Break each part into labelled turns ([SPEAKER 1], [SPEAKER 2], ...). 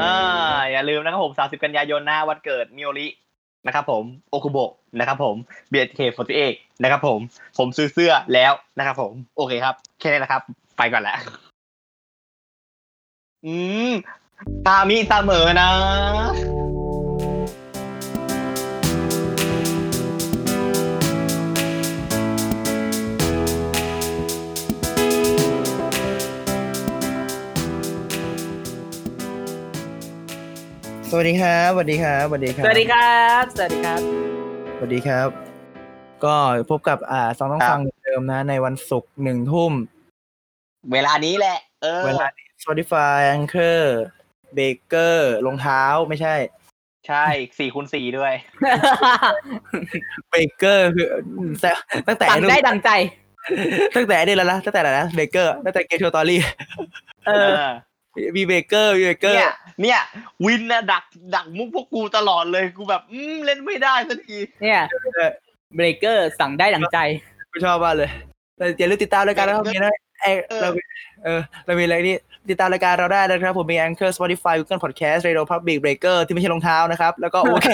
[SPEAKER 1] อ่าอย่าลืมนะครับผม 30 กันยายนหน้าวันเกิดมิโอรินะครับผม โอคุโบะนะครับผม BSK48 นะครับผม ผมซื้อเสื้อแล้วนะครับผม โอเคครับ แค่นี้นะครับ ไปก่อนแล้ว อืมตามิเสมอนะ
[SPEAKER 2] สวัสดีครับสวัสดีครับสวัสดีครับ
[SPEAKER 3] สวัสดีครับ สวัสดีครับ
[SPEAKER 2] สวัสดีครับ ก็พบกับอ่าสองต้อง
[SPEAKER 1] ครับ
[SPEAKER 2] ฟังเหมือนเดิมนะ ในวันศุกร์หนึ่งทุ่ม
[SPEAKER 1] เวลานี้แหละ เออ
[SPEAKER 2] เวลา Spotify Anchor Baker รองเท้าไม่ใช่
[SPEAKER 1] ใช่สี่คูณสี่ด้วย
[SPEAKER 2] Baker คือแต่ตั้งแต่
[SPEAKER 3] สั่งได้ดังใจ
[SPEAKER 2] ตั้งแต่ได้แล้วนะตั้งแต่อะไรนะ Baker ตั้งแต่เกมโชว์ตอรี่
[SPEAKER 3] เอ
[SPEAKER 1] เอ
[SPEAKER 3] อ
[SPEAKER 1] อ
[SPEAKER 2] มี Baker มี Baker
[SPEAKER 1] เนี่ย เนี่ย วินนะดัก ดักมุกพวกกูตลอดเลย กูแบบ อืม เล่นไม่ได้สักที
[SPEAKER 3] เนี่ยเบรกเกอร์สั่งได้ดังใจ
[SPEAKER 2] ไม่ชอบมากเลยแต่อย่าลืมติดตามรายการเรามีนะเอยเรามีเออเรามีอะไรนี่ติดตามรายการเราได้นะครับ ผมมี Anchor Spotify Google Podcast Radio Public Breaker ที่ไม่ใช่รองเท้านะครับ แล้วก็โอเค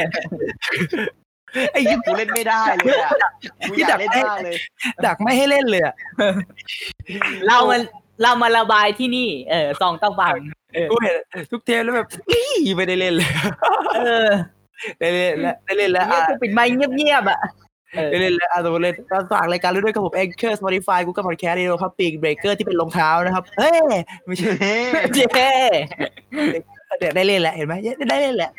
[SPEAKER 2] ไอ้ยิ่ง
[SPEAKER 1] กูเล่นไม่ได้เลยอะกูอยากเล่นได้เลย
[SPEAKER 2] ดักไม่ให้เล่นเลยอะ
[SPEAKER 3] เรามันเรามาระบายที่นี่ เออซองต้องบัง
[SPEAKER 2] กูเห็นทุกเทปแล้วแบบ อี้ไม่ได้เล่นเลย
[SPEAKER 3] เออ
[SPEAKER 2] ได้เล่นแล้วได้เล่นแล้ว
[SPEAKER 3] เนี่ย
[SPEAKER 2] อ่ะ
[SPEAKER 3] กูปิดไมค์เงียบๆอ่ะ เออ
[SPEAKER 2] ได้เล่นแล้วอ่ะสมมติเล่นเราฝากรายการเราด้วยครับผม Anchor Spotify Google Podcast Radio Public Breaker ที่เป็นรองเท้านะครับเฮ้ยไม่ใช่
[SPEAKER 3] เย้
[SPEAKER 2] เดี๋ยวได้เล่นแล้วเห็นไหมได้เล่นแล้ว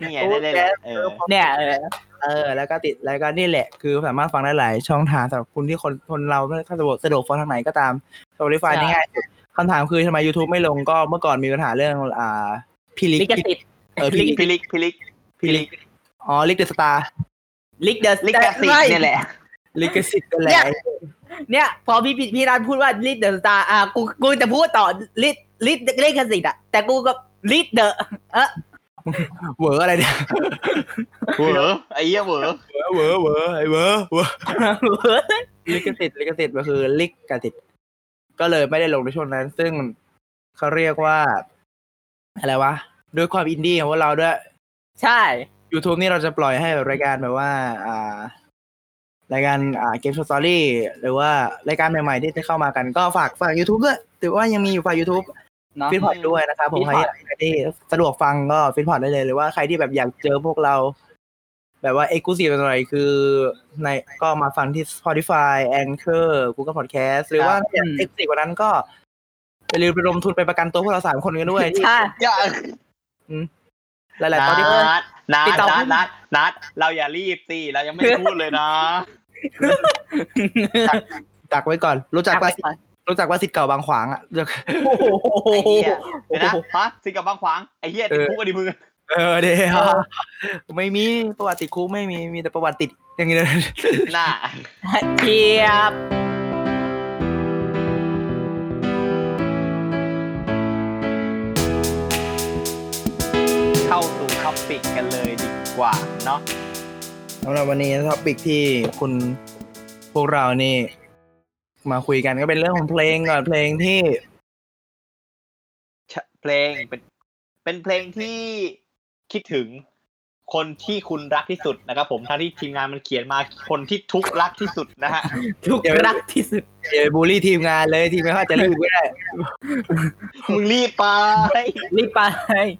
[SPEAKER 1] นี่ไงได้เล่นแล้วเออ
[SPEAKER 3] เนี่ยเออ
[SPEAKER 2] เออแล้วก็ติดแล้วก็นี่แหละ คือสามารถฟังได้หลายช่องทางสำหรับคุณที่คนคนเราถ้าสะดวกสะดวกฟังทางไหนก็ตาม Spotify นี่ง่ายสุดคำถามคือทำไม YouTube ไม่ลงก็เมื่อก่อนมีปัญหาเรื่องอ่าพิลิก
[SPEAKER 3] ลิกติด
[SPEAKER 2] เออพิ
[SPEAKER 1] พิลิ
[SPEAKER 2] ลิ
[SPEAKER 1] ก
[SPEAKER 2] ก
[SPEAKER 1] พิลิกพิลิก
[SPEAKER 2] พิลิกอ๋อลิกเดอะสตาร์
[SPEAKER 3] ลิกเดอะ
[SPEAKER 1] ลิกกาสิเนี่ยแหละ
[SPEAKER 2] ลิกสิทธิ์กันแหละ
[SPEAKER 3] เนี่ย พอพี่พี่พี่รันพูดว่าลิกเดอะสตาร์อ่ะกูกูจะพูดต่อลิกลิกลิกกสิทธิ์อ่ะแต่กูก็ลิกเดอะ
[SPEAKER 2] เหวออะไรเนี่ย
[SPEAKER 1] เหวอไอ้เหี้ยเหวอ
[SPEAKER 2] เหวอเหวอไอเหวอเหวอลิกสิทธิ์ลิกสิทธิ์ก็คือลิกกสิทธิ์ก็เลยไม่ได้ลงในช่วงนั้น ซึ่งเขาเรียกว่าอะไรวะด้วยความอินดี้ของพวกเราด้วย
[SPEAKER 3] ใช่
[SPEAKER 2] YouTube นี่เราจะปล่อยให้แบบรายการแบบว่า อ่า รายการอ่าเกมโชว์สตอรี่หรือว่ารายการใหม่ๆที่จะเข้ามากันก็ฝากฝาก YouTube ด้วยถือว่ายังมีอยู่ฝาก YouTube
[SPEAKER 3] เนาะ
[SPEAKER 2] ฟิตพอดด้วยนะครับผมใคร
[SPEAKER 3] Feedpot
[SPEAKER 2] ใครที่สะดวกฟังก็ฟิตพอดได้เลยหรือว่าใครที่แบบอยากเจอพวกเรา แบบว่าเอ็กซ์คลูซีฟหน่อยคือ ในก็มาฟังที่ Spotify Anchor Google Podcast หรือว่า
[SPEAKER 3] ครับ
[SPEAKER 2] อยาก
[SPEAKER 3] อืม
[SPEAKER 2] เอ็กซ์คลูซีฟกว่านั้นก็อย่าลืมไปลงทุนไปประกันตัวพวกเราสามคนกันด้วยที่
[SPEAKER 3] ใช่
[SPEAKER 1] อย่า
[SPEAKER 2] หลายๆตอนที่
[SPEAKER 1] นัดนั
[SPEAKER 3] ติด
[SPEAKER 1] ด
[SPEAKER 3] ต่อ
[SPEAKER 1] นัดนัดนัดเราอย่ารีบสิเรายังไม่พูดเลยนะ
[SPEAKER 2] ตักไว้ก่อน รู้จักว่ารู้จักว่าสิทธิ์เก่าบางขวางอ่ะ
[SPEAKER 3] โอ้โห
[SPEAKER 1] ไอ้เหี้ย เดี๋ยวนะฮะสิงกับบางขวางไอ้เหี้ยติดคุกอะดิมึง
[SPEAKER 2] เออเดี๋ยวไม่มีประวัติติดคุกไม่มีมีแต่ประวัติติดอย่างเงี้ย
[SPEAKER 1] น่า
[SPEAKER 3] เทียบ
[SPEAKER 1] เข้าสู่ท็อปปิกกันเลยดีกว่าเนาะ
[SPEAKER 2] สำหรับวันนี้ท็อปิกที่คุณพวกเรานี่ มาคุยกันก็เป็นเรื่องของเพลงก่อนเพลงที่
[SPEAKER 1] ชะเพลงเป็นเป็นเพลงที่คิดถึงคนที่คุณรักที่สุดนะครับผมทั้งที่ทีมงานมันเขียนมาคนที่ทุกข์รักที่สุด นะฮะ
[SPEAKER 3] ทุกรักที่สุด
[SPEAKER 2] เดี๋ยวไปบูลลี่ทีมงานเลยทีมงานเขาอาจจะรีบก็ได้
[SPEAKER 1] มึงรีบไป
[SPEAKER 3] รีบไป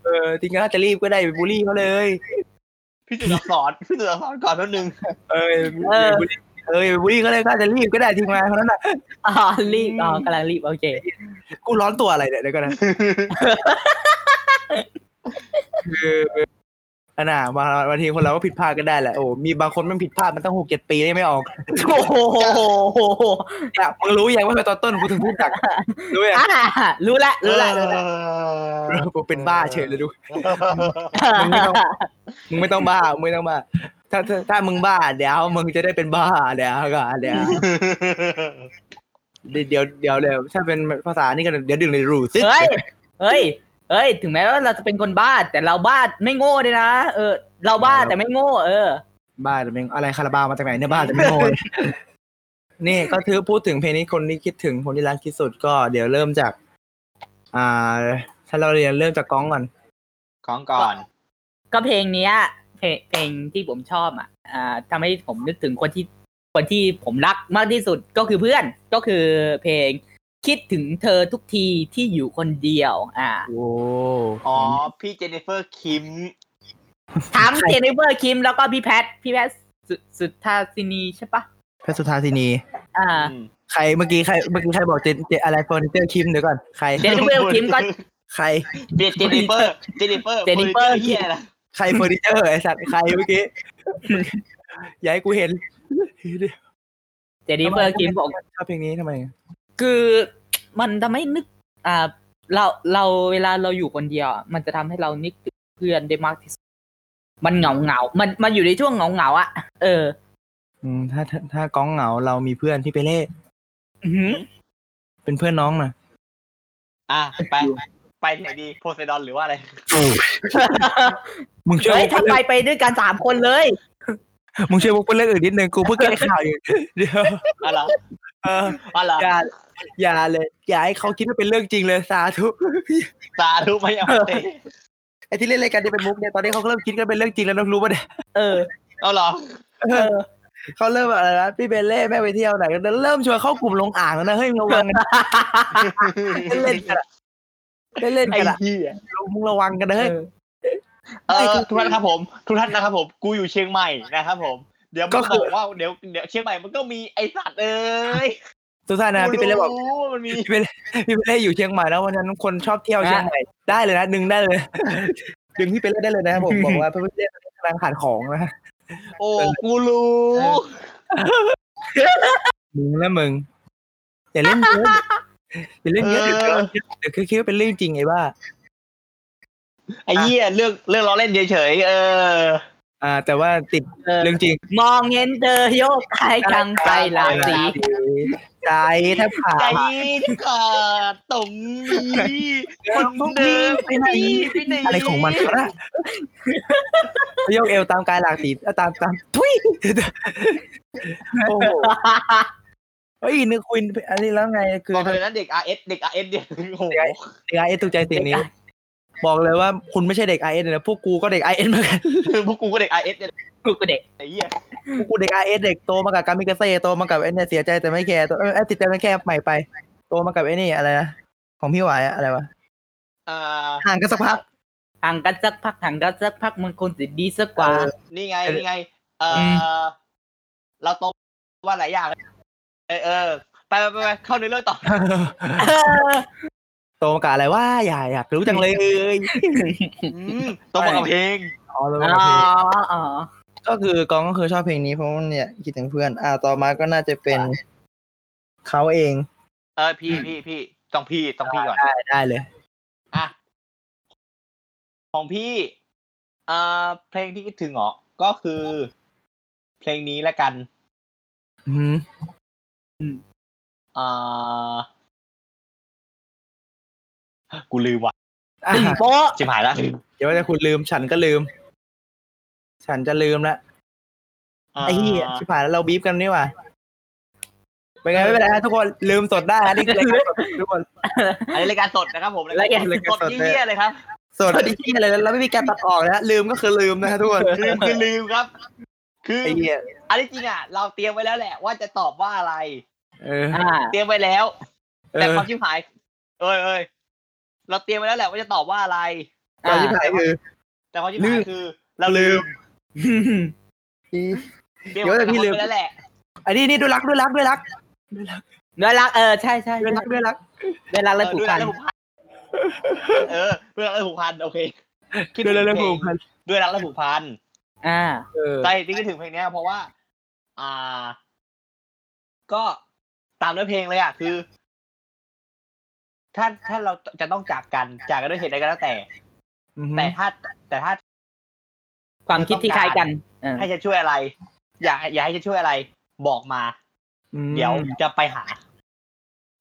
[SPEAKER 2] เออทีมงานเขาอาจจะรีบก็ได้ไปบูลลี่เขาเลย
[SPEAKER 1] พี่สุดอักษรพี่สุดอักษรก่อนแป๊บนึง
[SPEAKER 2] เออ
[SPEAKER 3] เออ
[SPEAKER 2] เออไปบูลลี่เขาเลยเขาอาจจะรีบก็ได้ทีมงานเขานั้นน่ะ
[SPEAKER 3] อ๋อรีบอ๋อกำลังรีบโอเค
[SPEAKER 2] กูร้อน ตัวอะไรเนี่ยเดี๋ยวก่อนนะคือ อันน่ะบางบางทีคนเราก็ผิดพลาดก็ได้แหละโอ้มีบางคนมันผิดพลาดมันตั้งหกเจ็ดปีเลยไม่ออก
[SPEAKER 3] โอ้โห
[SPEAKER 2] อยากมึงรู้ยังว่าตอนต้นกูถึงพูดจักรู้ยัง
[SPEAKER 3] อ่ารู้ละรู้ละรู้ละ
[SPEAKER 2] กู เป็นบ้าเฉยเลยดู มึงไม่ต้อง มึงไม่ต้องบ้ามึงไม่ต้องบ้าถ้าถ้าถ้ามึงบ้าเดี๋ยวมึงจะได้เป็นบ้าเดี๋ยวก็เดี๋ยวเดี๋ยวเดี๋ยวเดี๋ยวถ้าเป็นภาษานี่ก็เดี๋ยวดึงเลยรูซิ
[SPEAKER 3] เฮ้ยเฮ้ยเฮ้ย ถึงแม้ว่าเราจะเป็นคนบ้า แต่เราบ้าไม่โง่ด้วยนะเออ เราบ้าแต่ไม่โง่ เออ
[SPEAKER 2] บ้าแต่แม่งอะไรคาราบาวมาจากไหนเนี่ยบ้าแต่ไม่โง่นี่ก็ถือพูดถึงเพลงนี้คนที่คิดถึงคนที่รักที่สุดก็เดี๋ยวเริ่มจาก อ่า ถ้าเราเรียนเริ่มจากก้องก่อน
[SPEAKER 1] ของก่อน
[SPEAKER 3] ก็เพลงเนี้ยเพลงเพลงที่ผมชอบอ่ะอ่าทำให้ผมนึกถึงคนที่คนที่ผมรักมากที่สุดก็คือเพื่อนก็คือเพลงคิดถึงเธอทุกทีที่อยู่คนเดียว อ่า
[SPEAKER 2] โอ้
[SPEAKER 1] อ๋อ พี่เจนนิเฟอร์คิม
[SPEAKER 3] ทั้งเจนนิเฟอร์คิมแล้วก็พี่แพทพี่แพทสุสุทธาสินีใช่ปะ
[SPEAKER 2] พระสุธาสินี
[SPEAKER 3] อ่า
[SPEAKER 2] ใครเมื่อกี้ใครเมื่อกี้ใครบอกเจนเจนอะไรเฟอร์นิเจอร์คิมเดี๋ยวก่อนใคร
[SPEAKER 3] เจนนิเฟอร์คิมก็
[SPEAKER 2] ใคร
[SPEAKER 1] เบียดเจนนิเฟอร์ เจนนิเฟอร์
[SPEAKER 3] Jennifer
[SPEAKER 1] เฮียนะ
[SPEAKER 2] ใครเฟอร์นิเจอร์ไอสัตว์ใครเมื่อกี้มึงอย่าให้กูเห็น
[SPEAKER 3] เจนนิเฟอร์คิมบอก
[SPEAKER 2] ชอบเพลงนี้ทำไม
[SPEAKER 3] คือมันทำให้นึก อ่า เราเราเวลาเราอยู่คนเดียวอะมันจะทำให้เรานึกถึงเพื่อนได้มากที่สุด มันเหงาเหงาๆมันมันอยู่ในช่วงเหงาเหงาๆอ่ะ เออ
[SPEAKER 2] อืมถ้าถ้าถ้าก้องเหงาเรามีเพื่อนพี่ไปเล่
[SPEAKER 3] อื้อหือ
[SPEAKER 2] เป็นเพื่อนน้องนะ
[SPEAKER 1] อ่ะ ไป ไปไหนดี โพไซดอนหรือว่าอะไร
[SPEAKER 2] มึงช่วย
[SPEAKER 3] เฮ้ยว
[SPEAKER 2] ก
[SPEAKER 3] ทำ
[SPEAKER 2] เรื่
[SPEAKER 3] ไม
[SPEAKER 2] อง
[SPEAKER 3] ไปด้วยกันสามคนเลย
[SPEAKER 2] มึงช่วยวกเรื่องอื่นนิดนึงกูเพิ่งเกิดข่าวอยู่ เดี๋ยว
[SPEAKER 1] อะไร
[SPEAKER 2] เออ
[SPEAKER 1] อะไร
[SPEAKER 2] อย่าอย่าเลย อย่าให้เขาคิดว่าเป็นเรื่องจริงเลยสาธุ
[SPEAKER 1] สาธุไม่เอาเตะ
[SPEAKER 2] ไอ้ที่เล่นรายการที่เป็นมุกเนี่ยตอนนี้เขาเริ่มคิดกันเป็นเรื่องจริงแล้วน้องรู้ป่ะเนี่ย
[SPEAKER 3] เออ
[SPEAKER 1] เอาเหรอ
[SPEAKER 3] เออ
[SPEAKER 2] เขาเริ่มอะไรนะพี่เบลเล่แม่ไปเที่ยวไหนกันเริ่มชวนเข้ากลุ่มลงอ่างแล้วนะเฮ้ยมึงระวังนะเล่นๆกันอะเล่นๆ
[SPEAKER 1] ไอ้
[SPEAKER 2] กันอะ
[SPEAKER 1] เหี้ย
[SPEAKER 2] มึงระวังกันนะเฮ้ย
[SPEAKER 1] เออทุกท่านครับผม ทุกท่านนะครับผม กูอยู่เชียงใหม่นะครับผม เดี๋ยวมึ
[SPEAKER 2] ก็
[SPEAKER 1] ง
[SPEAKER 2] คื
[SPEAKER 1] บ
[SPEAKER 2] อ
[SPEAKER 1] อกว่าเดี๋ยวเดี๋ยวเชียงใหม่มันก็มีไอสัตว์เอ้ย
[SPEAKER 2] สุดท้ายนะพี่เบลเล่บอก
[SPEAKER 1] รู้ว่ามันมี
[SPEAKER 2] พี่เบลเล่พี่เบลเล่อยู่เชียงใหม่แล้ววันนั้นคนชอบเที่ยวเชียงใหม่ได้เลยนะดึงได้เลย ดึงพี่เบลเล่ได้เลยนะครับผมบอกว่าพี่เบลเล่กำลังขาดของนะ
[SPEAKER 1] โอ้ กูรู้
[SPEAKER 2] มึงและมึงอย่าเล่นเยอะอย่าเล่นเยอะเดี๋ยว
[SPEAKER 1] เออ
[SPEAKER 2] เดี๋ยวคิดว่าเป็นเรื่องจริงไงบ้า
[SPEAKER 1] ไอ้เหี้ยเรื่องเรื่องล้อเล่นเฉยๆเออ
[SPEAKER 2] อ่า แต่ว่าติด
[SPEAKER 3] เออ
[SPEAKER 2] เรื่องจริง
[SPEAKER 3] มองเห็นเธอโยกกายกลางใจหลากสี
[SPEAKER 2] ใจถ้าผ่า
[SPEAKER 1] ใจที่ขาดตรงนี้คนเดิมไปไหนปหน
[SPEAKER 2] อะไรของมันวะนะ โยกเอวตามกายหลากสีเอาตามตามทุยโอ้โหเฮ้ยนึกคุยอันนี้แล้วไงคือ
[SPEAKER 1] บอกเลยนะเด็ก RS เด็ก RS เนี่ยโอ้โห
[SPEAKER 2] เด็กไอเอสถูกใจสิ่งนี้
[SPEAKER 3] เด็ก
[SPEAKER 2] บอกเลยว่าคุณไม่ใช่เด็กไอเอสนะพวกกูก็เด็กไอเอสเหมือนกัน
[SPEAKER 1] พวกกูก็เด็ก RS เนี่ย
[SPEAKER 3] กูก็เด็ก
[SPEAKER 1] ไอ้เหี้ย
[SPEAKER 2] พวกกูเด็กไอเอสเด็กโตมากับการมิกาเซ่โตมากับไอเนี่ยเสียใจแต่ไม่แคร์โตเอ้ยไอติดใจไม่แคร์ใหม่ไป โตมากับไอนี่อะไรนะของพี่หวายอะอะไรวะ
[SPEAKER 1] อ่า
[SPEAKER 2] ห่างกันสักพั ก
[SPEAKER 3] ห่างกันสักพักห่างกันสักพักมันคงจะดีสักกว่า
[SPEAKER 2] เออ
[SPEAKER 1] นี่ไง นี่ไง เอออเราโตว่าหลายอย่างเออเออไปไปไปไปเข้าในเรื่องต่อ
[SPEAKER 2] โตมากับอะไรว่าอย่าอยากรู้จังเลย
[SPEAKER 1] อืมโตมากับเพลง
[SPEAKER 2] อ๋อโตมา
[SPEAKER 3] อ๋
[SPEAKER 2] กับเพลง
[SPEAKER 3] ออ๋อ
[SPEAKER 2] ก็คือกองก็คือชอบเพลงนี้เพราะว่าเนี่ยคิดถึงเพื่อน อ่าต่อมาก็น่าจะเป็นเขาเอง
[SPEAKER 1] เออพี่พี่พี่ต้องพี่ต้องพี่ก่อน
[SPEAKER 2] ได้ได้เลย
[SPEAKER 1] อ่ะของพี่เอ่อเพลงที่คิดถึงเหรอ ก็คือ เพลงนี้ละกัน
[SPEAKER 2] อือหือ
[SPEAKER 1] เอ่อกูลืมว่ะ
[SPEAKER 2] อ่ะ
[SPEAKER 3] สิงโป๊ะ
[SPEAKER 1] จิมหายแล้ว
[SPEAKER 2] เดี๋ยวว่าจะคุณลืมฉันก็ลืม ฉันจะลืมละ ไอ้เหี้ยชิบหายแล้วเราบีบกันนี่หว่าเป็นไงไม่เป็นไรฮะทุกคนลืมสดได้ฮะนี่คือรายการสดทุกคน
[SPEAKER 1] อันนี้รายการสดนะครับผมรายการ
[SPEAKER 2] รายการ
[SPEAKER 1] ส
[SPEAKER 2] ส
[SPEAKER 1] ด
[SPEAKER 2] ด
[SPEAKER 1] ที่เหี้ยเลยครับ
[SPEAKER 2] สดที่ที่อะไรแล้วไม่มีการตัดออกนะฮะลืมก็คือลืมนะฮะทุกคน
[SPEAKER 1] ลืมคือลืมครับ คือ
[SPEAKER 2] ไอ้เหี้ย
[SPEAKER 1] อันนี้จริงอ่ะ เราเตรียมไว้แล้วแหละ ว่าจะตอบว่าอะไร
[SPEAKER 2] เออ
[SPEAKER 3] อ่า
[SPEAKER 1] เตรียมไว้แล้ว
[SPEAKER 2] เอ
[SPEAKER 1] แต่
[SPEAKER 2] อ
[SPEAKER 1] ความชิบหาย เอ้ยเอ้ยเราเตรียมไว้แล้วแหละว่าจะตอบว่าอะไร
[SPEAKER 2] ตอนที่ถ่ายคือ
[SPEAKER 1] แต่ความชิบ
[SPEAKER 2] ลื
[SPEAKER 1] หาย
[SPEAKER 2] ม
[SPEAKER 1] คือ เราลืม
[SPEAKER 2] อี
[SPEAKER 1] เดี๋
[SPEAKER 2] เดี๋ยวแต่พี่ลืม
[SPEAKER 1] แล้วแหละ
[SPEAKER 2] อันนี้นี่ด้วยรักด้วยรักด้วยรัก
[SPEAKER 3] ด้วยรักเออใช่ใช่
[SPEAKER 2] ด้วย
[SPEAKER 3] ด้วย
[SPEAKER 2] รักด้วยรัก
[SPEAKER 3] รักและผูกพัน
[SPEAKER 1] เออเรื่องอะไรผูกพันโอเค คิด
[SPEAKER 2] ด้
[SPEAKER 1] ถึ
[SPEAKER 2] วย
[SPEAKER 1] ง
[SPEAKER 2] เรื่อง
[SPEAKER 1] เพล
[SPEAKER 2] ผู
[SPEAKER 1] ง
[SPEAKER 2] กพัน
[SPEAKER 1] ด้วยรักและผูกพัน
[SPEAKER 3] อ่า
[SPEAKER 2] เออ
[SPEAKER 1] ใช่ที่คิดถึงเพลงเนี้ยเพราะว่า อ่า ก็ตามเนื้อเพลงเลยอ่ะคือ ถ้าถ้าเราจะต้องจากกันจากกันด้วยเหตุใดก็แล้วแต่ แต่ถ้า แต่ถ้า
[SPEAKER 3] ความคิดที่คล้ายกันเออ
[SPEAKER 1] ให้จะช่วยอะไร อยากอยากให้จะช่วยอะไร บอกมา เดี๋ยวจะไปหา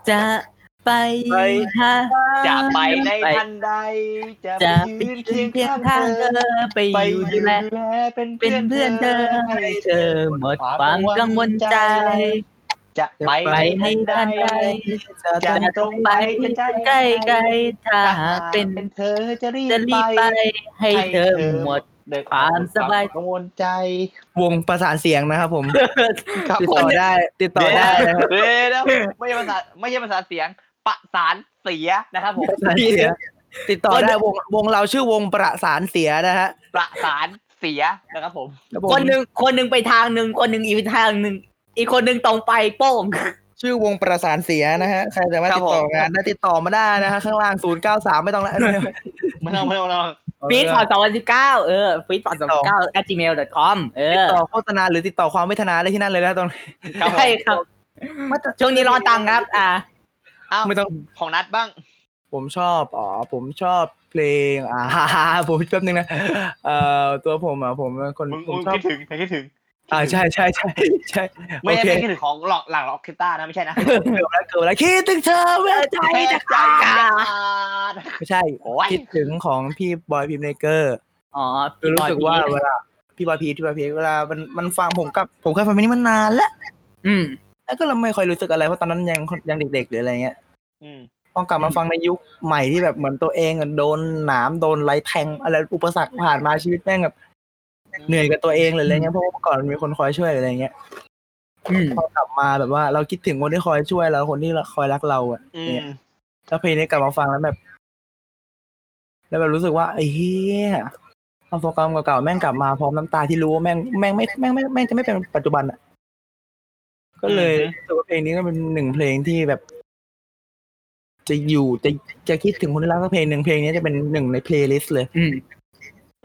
[SPEAKER 3] จะไป
[SPEAKER 2] ไป
[SPEAKER 3] หา
[SPEAKER 1] จะไปใน
[SPEAKER 3] ไป
[SPEAKER 1] ทันใด จะไป
[SPEAKER 3] จะ
[SPEAKER 1] ยืน
[SPEAKER 3] เคี
[SPEAKER 1] เคียง
[SPEAKER 3] ยงเคียงข้า
[SPEAKER 1] ข้าง ง
[SPEAKER 3] เธ
[SPEAKER 1] เธอ
[SPEAKER 3] อไป
[SPEAKER 1] ไป
[SPEAKER 3] อยู่
[SPEAKER 1] ดู
[SPEAKER 3] ดูแล
[SPEAKER 1] แลเป็น
[SPEAKER 3] เป็นเพื่อนเธอ
[SPEAKER 1] ให้
[SPEAKER 3] ให้
[SPEAKER 1] เธ
[SPEAKER 3] เธ
[SPEAKER 1] อ
[SPEAKER 3] อหมดความกังวลใจ
[SPEAKER 1] จะไป
[SPEAKER 3] ไป
[SPEAKER 1] ใน
[SPEAKER 3] ให้
[SPEAKER 1] ทั
[SPEAKER 3] ด้าน น
[SPEAKER 1] ใด
[SPEAKER 3] ใด
[SPEAKER 1] จะ
[SPEAKER 3] จะ
[SPEAKER 1] ต
[SPEAKER 3] ต
[SPEAKER 1] ร
[SPEAKER 3] รง ง
[SPEAKER 1] ไป
[SPEAKER 3] ไป
[SPEAKER 1] ใก
[SPEAKER 3] ใก
[SPEAKER 1] ล้
[SPEAKER 3] ล้
[SPEAKER 1] ๆ
[SPEAKER 3] ไกลถ้าหาก
[SPEAKER 1] เป็
[SPEAKER 3] เป็น น
[SPEAKER 1] เธอจะรีบ
[SPEAKER 3] จะรีบ
[SPEAKER 1] ไป
[SPEAKER 3] ไปให้เธอหมด
[SPEAKER 1] ด้วย
[SPEAKER 3] ความสบาย
[SPEAKER 1] กังวลใจ
[SPEAKER 2] วงประสานเสียงนะครับผม
[SPEAKER 1] ครับ
[SPEAKER 2] ติด
[SPEAKER 1] ผ
[SPEAKER 2] ต่อ
[SPEAKER 1] ม
[SPEAKER 2] ได้ ติดต่อได้นะครับ
[SPEAKER 1] เดี๋ยวๆไม่ใช่ภาษาไม่ใช่ภาษาเสียงประสานเสียนะครับ ผม
[SPEAKER 2] ประสานเสียงติดต่อได้วงวงเราชื่อวงประสานเสียนะฮะ
[SPEAKER 1] ประสานเสียนะครับผม
[SPEAKER 2] ครับผม
[SPEAKER 3] คนหนึ่งคนหนึ่งไปทางหนึ่งคนหนึ่งอีกทางหนึ่งอีกคนหนึ่งตรงไปโป้ง
[SPEAKER 2] ชื่อวงประสานเสียนะฮะใครสามารถ
[SPEAKER 1] ครับ
[SPEAKER 2] ติดต่อ
[SPEAKER 1] ผม
[SPEAKER 2] งานได้ติดต่อมาได้นะฮะข้างล่าง 093 ไม่ต้องแล้ว
[SPEAKER 1] ไม่ต้องไม่ต้องไม่ต้อง
[SPEAKER 3] ฟีดพอร์ตสองพันสิบเก้าเออฟีดพอร์ตสองพันสิบเก้า at gmail com เอ
[SPEAKER 2] ติด
[SPEAKER 3] อ
[SPEAKER 2] ต่อโฆษณาหรือติดต่อความไม่ทนาได้ที่นั่นเลยนะตรง
[SPEAKER 1] ครับผม
[SPEAKER 3] ใช่ครับ ช่วงนี้รอตังค์ครับ อ่า
[SPEAKER 1] อ้าว
[SPEAKER 2] ไม่ต้อง
[SPEAKER 1] ของนัดบ้าง
[SPEAKER 2] ผมชอบอ๋อผมชอบเพลงอ่าฮ่าฮ่า ฮ่าผมแป๊บนึงนะเอ่อตัวผมอ่ะผมเป็นคน
[SPEAKER 1] มึง
[SPEAKER 2] ผม
[SPEAKER 1] มึง
[SPEAKER 2] ชอบ
[SPEAKER 1] คิดถึงไม่คิดถึง
[SPEAKER 2] อ่าใช่ใช่ใช่ใช่โอ
[SPEAKER 1] ไม่ใช่
[SPEAKER 2] เค
[SPEAKER 1] ไม่คิดถึงของหลอกหลังหลอกคิต้านะไม่ใช่นะ
[SPEAKER 2] เกิดแล้วเกิดแล้วคิดถึงเธอเวลาใจ
[SPEAKER 1] แค่
[SPEAKER 2] จะ
[SPEAKER 1] ใจ
[SPEAKER 2] ขาด
[SPEAKER 1] ขาด
[SPEAKER 2] ไม่ใช่
[SPEAKER 1] โอ้ย
[SPEAKER 2] คิดถึงของพี่บอยพิมพ์เนเกอร์
[SPEAKER 3] อ๋อ
[SPEAKER 2] คือรู้สึกว่า
[SPEAKER 3] ปล่อย
[SPEAKER 2] เว
[SPEAKER 3] ปี
[SPEAKER 2] ลาพี่บอยพีที่บอยพีเวลามันมันฟังผมกับผมเคยฟังเพลงนี้มานานแล้ว
[SPEAKER 3] อืม
[SPEAKER 2] แล้วก็เราไม่ค่อยรู้สึกอะไรเพราะตอนนั้นยังยังเด็กๆหรืออะไรเงี้ย
[SPEAKER 1] อืม
[SPEAKER 2] พอกลับมาฟังในยุคใหม่ที่แบบเหมือนตัวเองอะโดนหนามโดนไรแทงอะไรอุปสรรคผ่านมาชีวิตแม่งแบบเหนื่อยกับตัวเองเลยอะไรเงี้ยเพราะว่าเมื่อก่อนมันมีคนคอยช่วยหรืออะไรเงี้ย
[SPEAKER 3] อืม
[SPEAKER 2] พอกลับมาแบบว่าเราคิดถึงคนที่คอยช่วยเราคนที่คอยรักเราอะ
[SPEAKER 1] อืม
[SPEAKER 2] แล้วเพลงนี้กลับมาฟังแล้วแบบ แล้วแบบรู้สึกว่าไอ้เฮียความทรงจำเก่าๆแม่งกลับมาพร้อมน้ำตาที่รู้ว่าแม่งแม่งไม่แม่งแม่งแม่งจะไม่เป็นปัจจุบันอ่ะ ก็เลยรู้สึกว่าเพลงนี้ก็เป็นหนึ่งเพลงที่แบบ จะอยู่จะจะคิดถึงคนที่รักสักเพลงหนึ่งเพลงนี้จะเป็นหนึ่งในเพลย์ลิสต์เลย
[SPEAKER 3] อืม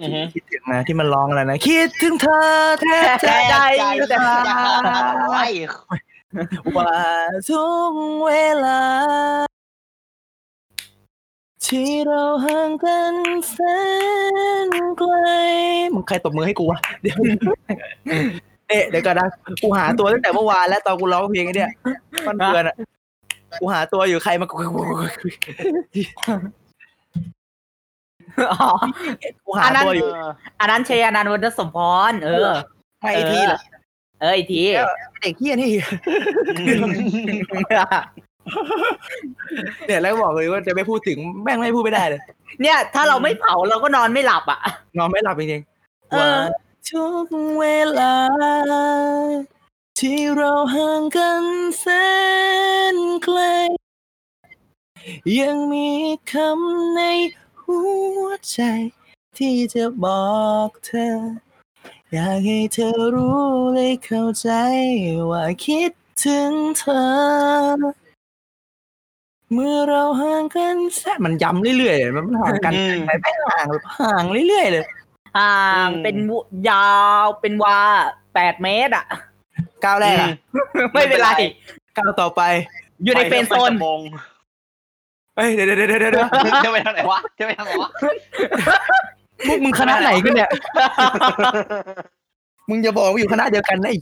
[SPEAKER 1] อืม
[SPEAKER 2] คิดถึงนะที่มันร้องอะไรนะคิดถึงเธอแทบจะ
[SPEAKER 1] ใจ
[SPEAKER 2] ได้
[SPEAKER 1] จะ
[SPEAKER 2] จะ
[SPEAKER 1] ขาด
[SPEAKER 2] ขาด ว่าทุกเวลา ที่เราห่างกันแสนไกลมึงใครตบมือให้กูวะเดี๋ยว เอ๊ะเดี๋ยวก่อนนะกูหาตัวตั้งแต่เมื่อวานแล้วตอนกูร้องเพลงไอ้เนี่ยมันเดือนอ่ะกูหาตัวอยู่ใครมากู
[SPEAKER 3] อ๋อ
[SPEAKER 2] กูหาตัวอยู่
[SPEAKER 3] อันนั้นเชยานันท์วันสมพร เออ
[SPEAKER 2] ไม่ไอทีเหรอ
[SPEAKER 3] เออไอที
[SPEAKER 2] เด็กเฮียนี่ เนี่ยแล้วบอกเลยว่าจะไม่พูดถึงแม่งไม่พูดไม่ได้เลย
[SPEAKER 3] เนี่ย ถ้าเราไม่เผาเราก็นอนไม่หลับอ่ะ
[SPEAKER 2] นอนไม่หลับจริงๆ
[SPEAKER 3] เออ
[SPEAKER 2] ว่าทุกเวลา ที่เราห่างกันแสนไกล ยังมีคำในหัวใจ ที่จะบอกเธอ อยากให้เธอรู้เลยเข้าใจ ว่าคิดถึงเธอ เมื่อเราห่างกันแสนมันย้ำเรื่อยๆมันห่างกัน ไปไปห่างห่างเรื่อยๆเลย
[SPEAKER 3] อ่า
[SPEAKER 1] อืม
[SPEAKER 3] เป็นวุยาวเป็นวาแปดเมตรอ่ะ
[SPEAKER 2] ก้าวแรกอะ
[SPEAKER 3] ไม่เป็นไร
[SPEAKER 2] ก้าวต่อไป
[SPEAKER 3] อยู่ในเฟรนด์โซน
[SPEAKER 2] เอ้ยเดี๋ยวเดี๋ยวเดี๋ยวเดี๋ยว
[SPEAKER 1] จะไปทางไหนวะจะไปทางไหนวะ
[SPEAKER 2] พวกมึงคณะไหนกันเนี่ย มึงอย่าบอกว่าอยู่คณะเดียวกันนะไอ้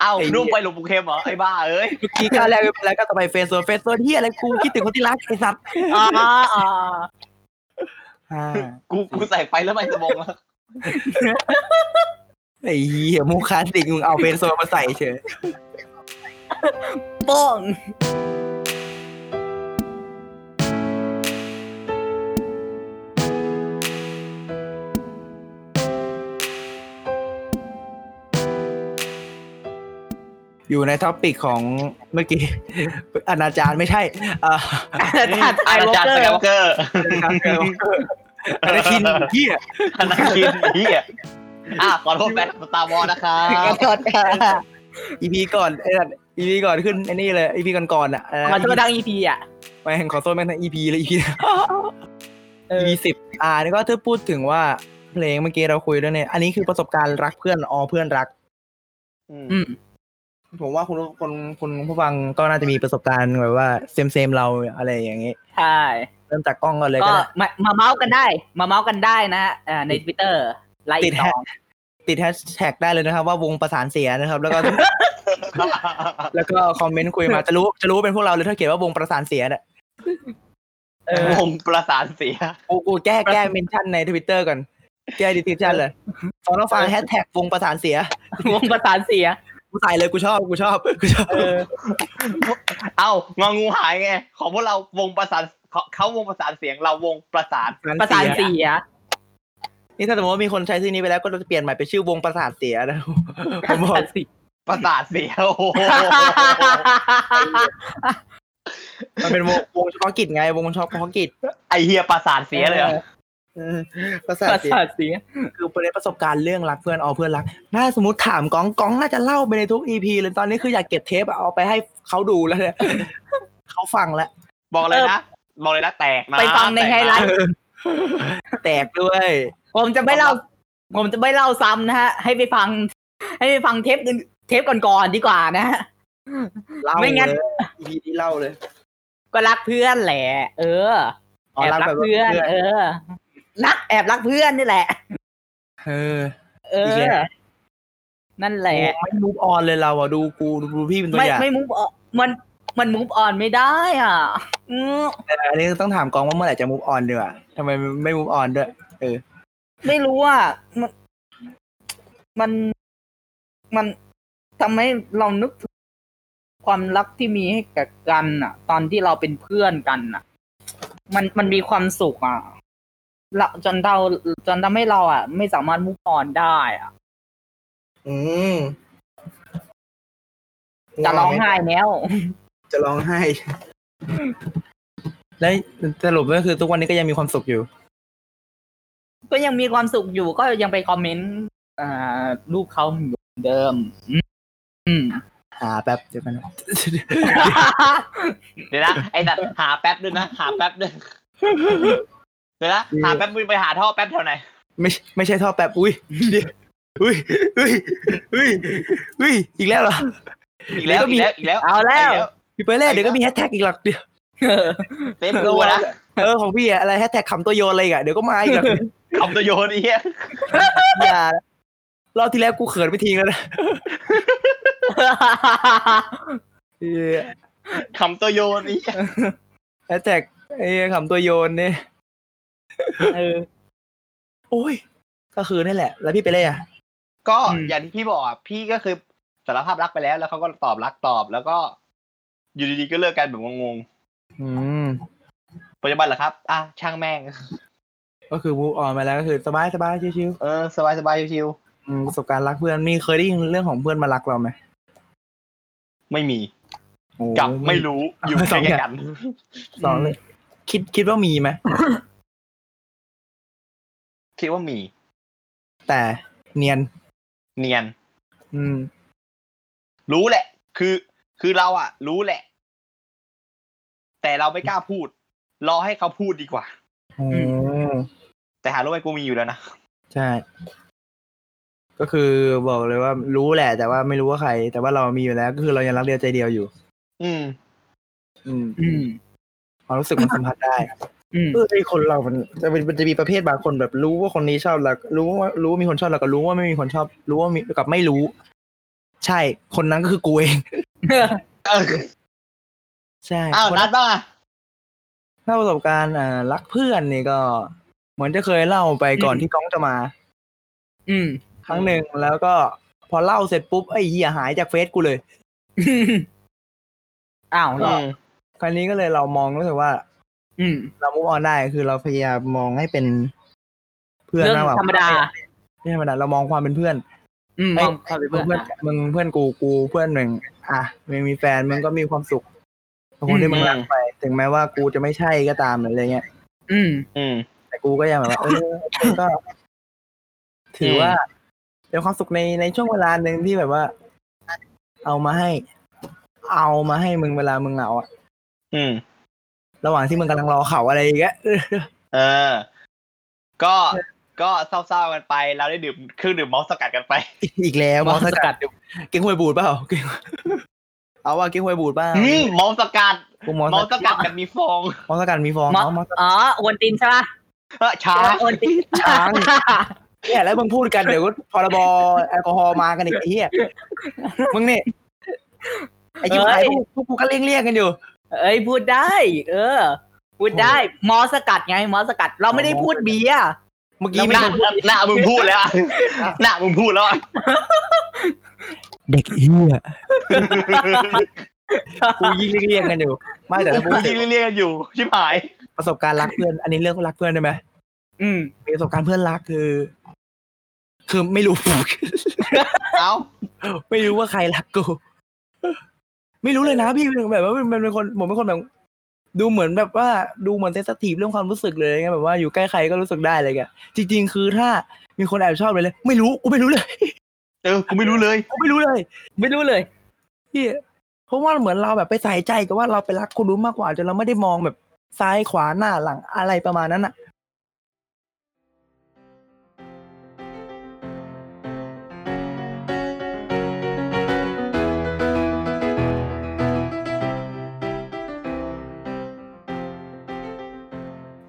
[SPEAKER 1] เอ้านุ่มไปหลวงปู่เข็มเหรอไอ้บ้าเอ้ย
[SPEAKER 2] เมื่อกี้ก้าวแรกไม่เป็นไรก้าวต่อไปเฟซโซนเฟซโซนที่อะไรกูคิดถึงคนที่รักไอ้สัตว์
[SPEAKER 3] อ๋ออ๋อ
[SPEAKER 2] อ่า
[SPEAKER 1] กูกูใส่ไปแล้วไม่สมองแล้ว
[SPEAKER 2] ไอ้เหี้ยมูคลาสติกมึงเอาเฟซโซนมาใส่เฉย
[SPEAKER 3] โป้ง
[SPEAKER 2] อยู่ในท็อปิกของเมื่อกี้อนาจารไม่ใช่อ่า
[SPEAKER 3] อาจารย์ไอ
[SPEAKER 1] อาว
[SPEAKER 3] อล
[SPEAKER 1] จารย์
[SPEAKER 3] เกอ
[SPEAKER 1] ส
[SPEAKER 3] ร์
[SPEAKER 1] กายวอล์กเกอร์
[SPEAKER 2] ครับเอออนาคินเหี้ย
[SPEAKER 1] ธนาคินเฮีย อ่ะขอโทษแฟนสตาร์วอร์นะครับ
[SPEAKER 3] ขอโทษค่ะ
[SPEAKER 2] อีพีก่อนไอ้สัตว์อีพีก่อนขึ้นไอ้นี่เลยอีพีก่อนๆอ่ะ
[SPEAKER 3] ขอโทษดังอีพีอ่ะ
[SPEAKER 2] แม่งขอโทษแม่งทั้ง EP และ EP
[SPEAKER 3] เออ
[SPEAKER 2] EP สิบอ่านี่ก็ถ้าพูดถึงว่าเพลงเมื่อกี้เราคุยด้วยเนี่ย อันนี้คือประสบการณ์รักเพื่อนออเพื่อนรัก
[SPEAKER 1] อืม
[SPEAKER 3] อืม
[SPEAKER 2] ผมว่าคุณคนคุณผู้ฟังก็น่าจะมีประสบการณ์แบบว่าเซมเซมเราอะไรอย่างนี้
[SPEAKER 3] ใช่
[SPEAKER 2] เริ่มจากกล้องก่อนเลยก็
[SPEAKER 3] ก็
[SPEAKER 2] ได้
[SPEAKER 3] มามาเมาส์กันได้ มาเมาส์กันได้นะฮะอ่าในทวิตเตอร์ไลน์
[SPEAKER 2] ติด
[SPEAKER 3] ส
[SPEAKER 2] แฮะ
[SPEAKER 3] อง
[SPEAKER 2] ติดแฮชแท็กได้เลยนะครับว่าวงประสานเสียนะครับ แล้วก็ แล้วก็คอมเมนต์คุยมาจะรู้จะรู้ว่าเป็นพวกเราเลยถ้าเขียนว่าวงประสานเสียเนี่ย
[SPEAKER 3] เออ
[SPEAKER 1] วงประสานเสีย
[SPEAKER 2] กูกูแก้แก้เมนชั่นในทวิตเตอร์ก่อนแก้ดีทิชั่นเลยฟังต้องฟังแฮชแท็กวงประสานเสียว
[SPEAKER 3] งประสานเสีย
[SPEAKER 2] กูใส่เลยกูชอบกูชอบกูชอบ
[SPEAKER 3] เออ
[SPEAKER 1] เอ้างองูหายไง ของพวกเราวงประสานเขาเขาวงประสานเสียงเราวงประสาน
[SPEAKER 3] ประสานเสีย
[SPEAKER 2] นี่ถ้าสมมติว่ามีคนใช้ชื่อนี้ไปแล้วก็จะเปลี่ยนใหม่เป็นชื่อวงประสาทเสียนะ ผมบอก
[SPEAKER 1] ประสานเสียโอ้โห
[SPEAKER 2] มันเป็นวงวงเฉพาะกิจไงวงเฉพาะกิจ
[SPEAKER 1] ไอเฮียประสานเสียเลยเหรอ
[SPEAKER 2] ประสาท
[SPEAKER 3] ประ
[SPEAKER 2] เสีย
[SPEAKER 3] สานเสีย
[SPEAKER 2] คือประสบการณ์เรื่องรักเพื่อนเอาเพื่อนรักน่าสมมติถามก้องก้องน่าจะเล่าไปในทุกอีพีเลยตอนนี้คืออยากเก็บเทปอะเอาไปให้เขาดูแล้วเนี่ย เขาฟัง แล้ว
[SPEAKER 1] บอกเลยนะ บอกเลยนะแตกนะ
[SPEAKER 3] ไปฟังในไฮไลท์
[SPEAKER 2] แตกด้วย
[SPEAKER 3] ผมจะไม่เล่า ผมจะไม่เล่าซ้ำนะฮะ ให้ไปฟัง ให้ไปฟังเทปอื่นเทปก่อนๆดีกว่านะฮะ
[SPEAKER 2] เล่า
[SPEAKER 3] ไม่งั้น
[SPEAKER 2] อีพีนี้เล่าเลย
[SPEAKER 3] ก็รักเพื่อนแหละ เออ
[SPEAKER 2] อ๋อ
[SPEAKER 3] แอบรักเพื่อน เออ รักแอบรักเพื่อนนี่แหละ
[SPEAKER 2] เออ
[SPEAKER 3] เอ
[SPEAKER 2] อีเหี้
[SPEAKER 3] อ
[SPEAKER 2] ย
[SPEAKER 3] นั่นแหละ
[SPEAKER 2] ไม่มูฟออนเลยเราอะดูกูดูพี่เป็นตัว
[SPEAKER 3] ไม่
[SPEAKER 2] อย่าง
[SPEAKER 3] ไม่มุฟมันมันมุฟออนไม่ได้อ่ะอืม
[SPEAKER 2] อันนี้ต้องถามกองว่าเมื่อไหร่จะ move on ดีกว่าทำไมไม่ move on ด้วย
[SPEAKER 3] ไม่รู้อ่ะมันมันมันทำให้เรานึกถึงความรักที่มีให้กับกันอ่ะ ตอนที่เราเป็นเพื่อนกันอ่ะ มันมันมีความสุขอ่ะละจนเราจนทำให้เราอ่ะ ไม่สามารถมุฟออนได้อ่ะ
[SPEAKER 2] อืม
[SPEAKER 3] จะร้องไห้แล้ว
[SPEAKER 2] จะร้องไห้ แล้วสรุปก็คือทุกวันนี้ก็ยังมีความสุขอยู่
[SPEAKER 3] ก็ยังมีความสุขอยู่ก็ยังไปคอมเมนต์อ่ารูปเขาเหมือนเดิม อืมอืม
[SPEAKER 2] หาแป๊บเดี๋ยวกันนะ
[SPEAKER 1] เดี๋ยวนะ ไอ้สัตว์หาแป๊บด้วยนะ หาแป๊บด้วยเดี๋ยวนะ หาแป๊บมึงไปหาท่อแป๊บแถวไหน
[SPEAKER 2] ไม่ใช่ไม่ใช่ท่อแป๊บ อุ้ยเดี๋ยวอุ้ยอุ้ยอุ้ยอุ้ยอีกแล้วเหรอ
[SPEAKER 1] อีกแล้ว
[SPEAKER 2] มี
[SPEAKER 1] อีกแล้ว อีกแล้ว
[SPEAKER 3] เอาแล้ว
[SPEAKER 2] พี่เปิ้ลเล่เดี๋ยวก็มีแฮชแท็กอีกหรอกเดี๋ยว
[SPEAKER 1] เซฟตัวนะ
[SPEAKER 2] เออของพี่อะอะไรแฮชแท็กคำตัวโยนอะไรอีกอะเดี๋ยวก็มาอีกหรอก
[SPEAKER 1] คำตัวโยนไอ้เฮีย
[SPEAKER 2] อย่ารอบที่แล้วกูเขินไปทีแล้วนะเออ
[SPEAKER 1] คำตัวโยนไอ้เฮีย
[SPEAKER 2] แฮชแท็กไอ้คำตัวโยนเนี่ย
[SPEAKER 3] เออ
[SPEAKER 2] โอ้ย ก็คือนี่แหละ แล้วพี่ไปเลยอ่ะ
[SPEAKER 1] ก็
[SPEAKER 3] อืม
[SPEAKER 1] อย่างที่พี่บอกอ่ะ พี่ก็คือสารภาพรักไปแล้ว แล้วเขาก็ตอบรักตอบ แล้วก็ อยู่ดีๆก็เลิกกันแบบงง
[SPEAKER 2] อืม
[SPEAKER 1] ๆปัจจุบันเหรอครับ อ่ะ ช่างแม่ง
[SPEAKER 2] ก็คือมูออนมาแล้วก็คือสบายสบายชิว
[SPEAKER 1] เออ สบายสบายๆชิว
[SPEAKER 2] ๆอืมประสบการณ์รักเพื่อนมีเคยได้ยินเรื่องของเพื่อนมารักเราไหม
[SPEAKER 1] ๆไม่มี
[SPEAKER 2] โอ้
[SPEAKER 1] กับไม่รู้ อยู่
[SPEAKER 2] ส
[SPEAKER 1] ใก
[SPEAKER 2] องอ
[SPEAKER 1] ล้
[SPEAKER 2] ย่าง
[SPEAKER 1] ๆกัน
[SPEAKER 2] สองเลย คิดคิดว่ามีไหม
[SPEAKER 1] คิดว่ามี
[SPEAKER 2] แต่เนียน
[SPEAKER 1] เนียน
[SPEAKER 2] อืม
[SPEAKER 1] รู้แหละ คือ คือเราอะรู้แหละ แต่เราไม่กล้าพูด รอให้เขาพูดดีกว่า
[SPEAKER 2] อืม
[SPEAKER 1] แต่หารู้ไหมกูมีอยู่แล้วนะ
[SPEAKER 2] ใช่ ก็คือบอกเลยว่ารู้แหละ แต่ว่าไม่รู้ว่าใคร แต่ว่าเรามีอยู่แล้ว ก็คือเรายังรักเดียวใจเดียวอยู่
[SPEAKER 1] อืม
[SPEAKER 2] อืม
[SPEAKER 3] อืม
[SPEAKER 2] ความรู้สึกมันสัมผัสได้
[SPEAKER 3] อืม
[SPEAKER 2] เออไอคนเรา มันจะเป็นมันจะมีประเภทบางคนแบบรู้ว่าคนนี้ชอบเรารู้ว่ารู้ว่ามีคนชอบเราก็รู้ว่าไม่มีคนชอบ รู้ว่ามีกับไม่รู้ ใช่ คนนั้นก็คือกูเอง
[SPEAKER 1] เออ
[SPEAKER 2] ใช่
[SPEAKER 1] อ้าว
[SPEAKER 2] คน
[SPEAKER 1] นัดบ้างอะ
[SPEAKER 2] ถ้าประสบการณ์อ่ารักเพื่อนนี่ก็ เหมือนจะเคยเล่าไปก่อน
[SPEAKER 3] อืม
[SPEAKER 2] ที่ก้องจะมา
[SPEAKER 3] อืม
[SPEAKER 2] ครั้งหนึ่งแล้วก็ พอเล่าเสร็จปุ๊บไอ้เหี้ยหายจากเฟซกูเลย
[SPEAKER 3] อ้าวเหรอ
[SPEAKER 2] ครั้งนี้ก็เลยเรามองรู้สึกว่า
[SPEAKER 3] อืม
[SPEAKER 2] เรามุกออนได้คือเราพยายามมองให้เป็น เพื่อน
[SPEAKER 3] เรื่
[SPEAKER 2] มา
[SPEAKER 3] อง
[SPEAKER 2] กกว่า
[SPEAKER 3] ธรรมดา
[SPEAKER 2] ไม่ธรรมดาเรามองความเป็นเพื่อน
[SPEAKER 3] อืมม
[SPEAKER 2] เอ้ย
[SPEAKER 3] องความเป็น
[SPEAKER 2] มึ
[SPEAKER 3] เพื่
[SPEAKER 2] ง
[SPEAKER 3] อน
[SPEAKER 2] เพื่อน
[SPEAKER 3] อะ
[SPEAKER 2] มึงเพื่อนกูกูเพื่อนหนึ่งอ่ะมึงมีแฟนมึงก็มีความสุขกับค
[SPEAKER 3] อื
[SPEAKER 2] น
[SPEAKER 3] ม
[SPEAKER 2] ที่มึงรักไป ถึงแม้ว่ากูจะไม่ใช่ก็ตามอะไรเงี้ย
[SPEAKER 3] อืม
[SPEAKER 1] อืม
[SPEAKER 2] แต่กูก็ยังแบบว่าเออก็ ถือว่าเป็นความสุขในในช่วงเวลาหนึ่งที่แบบว่า เอามาให้ เอามาให้มึงเวลามึงเหงาอ่ะ
[SPEAKER 1] อืม
[SPEAKER 2] ระหว่างที่มึงกำลังรอเขาอะไรอย่างเงี้ ยเออ
[SPEAKER 1] เออ ก็ก็เศร้าๆกันไปเราได้ดื่มเครื่องดื่มเมาส์สกัดกันไป
[SPEAKER 2] อีกแล้ว
[SPEAKER 3] มอส
[SPEAKER 2] เมาส
[SPEAKER 3] กั
[SPEAKER 2] กั
[SPEAKER 3] ด
[SPEAKER 2] ดเก่งหวยบูดเปล่าเก่งเอาว่าเก่งหวยบูดบ้าง
[SPEAKER 1] อืมเมาส์สกัด
[SPEAKER 2] กูมอส
[SPEAKER 1] เมาส์สกัดแบบมีฟอง
[SPEAKER 2] มอสกัดมีฟอง
[SPEAKER 3] มอส
[SPEAKER 2] เนาะมอส
[SPEAKER 3] อ๋อโอนตินใช่ปะ
[SPEAKER 1] เออช้า
[SPEAKER 3] โอนติน
[SPEAKER 2] ช้างเนี่ยแล้วมึงพูดกันเดี๋ยวก็พรบแอลกอฮอล์มากันอีกไอ้เหี้ยมึงเนี่ยไอ้ยิ้ม
[SPEAKER 3] เอ้
[SPEAKER 2] หาย
[SPEAKER 3] ย
[SPEAKER 2] พวกพวกกูก็เลี่ยงเลี่ยงๆกันอยู่
[SPEAKER 3] เอ้ยพูดได้ เออ พูดได้ มอสสกัดไง มอสสกัด เราไม่ได้พูดเบียร์
[SPEAKER 2] เมื่อ
[SPEAKER 1] ห
[SPEAKER 2] กี้ไม่
[SPEAKER 1] น้า
[SPEAKER 2] ถูก
[SPEAKER 1] หน้ามึงพูดแล้วอะหน้ามึงพูดแล้วอะ
[SPEAKER 2] เด็กเหี้ยกูยิ่งเลี่ยงๆกันอยู่ไม่แต่ถ้าพู
[SPEAKER 1] กู
[SPEAKER 2] ดถึ
[SPEAKER 1] ยิ
[SPEAKER 2] ง
[SPEAKER 1] งเรียกกันอยู่ชิบหาย
[SPEAKER 2] ประสบการณ์รักเพื่อนอันนี้เรื่องรักเพื่อนได้ไหม
[SPEAKER 3] อืม
[SPEAKER 2] มีประสบการณ์เพื่อนรักคือ คือไม่รู้
[SPEAKER 1] เอ้า
[SPEAKER 2] ไม่รู้ว่าใครรักกูไม่รู้เลยนะพี่แบบว่ามันเป็นคนผมเป็นคนแบบ ดูเหมือนแบบว่าดูเหมือนเซนสทีฟเรื่องความรู้สึกเลยไงแบบว่าอยู่ใกล้ใครก็รู้สึกได้อะไรเงี้ยจริง ๆ คือถ้ามีคนแอบชอบเลยเลยไม่รู้กูไม่รู้เลย
[SPEAKER 1] เออกูไม่รู้เลย
[SPEAKER 2] กูไม่รู้เลย
[SPEAKER 3] ไม่รู้เลย
[SPEAKER 2] พี่เพราะว่าเหมือนเราแบบไปใส่ใจกับว่าเราไปรักคนรู้นมากกว่าจนเราไม่ได้มองแบบซ้ายขวาหน้าหลังอะไรประมาณนั้นอะ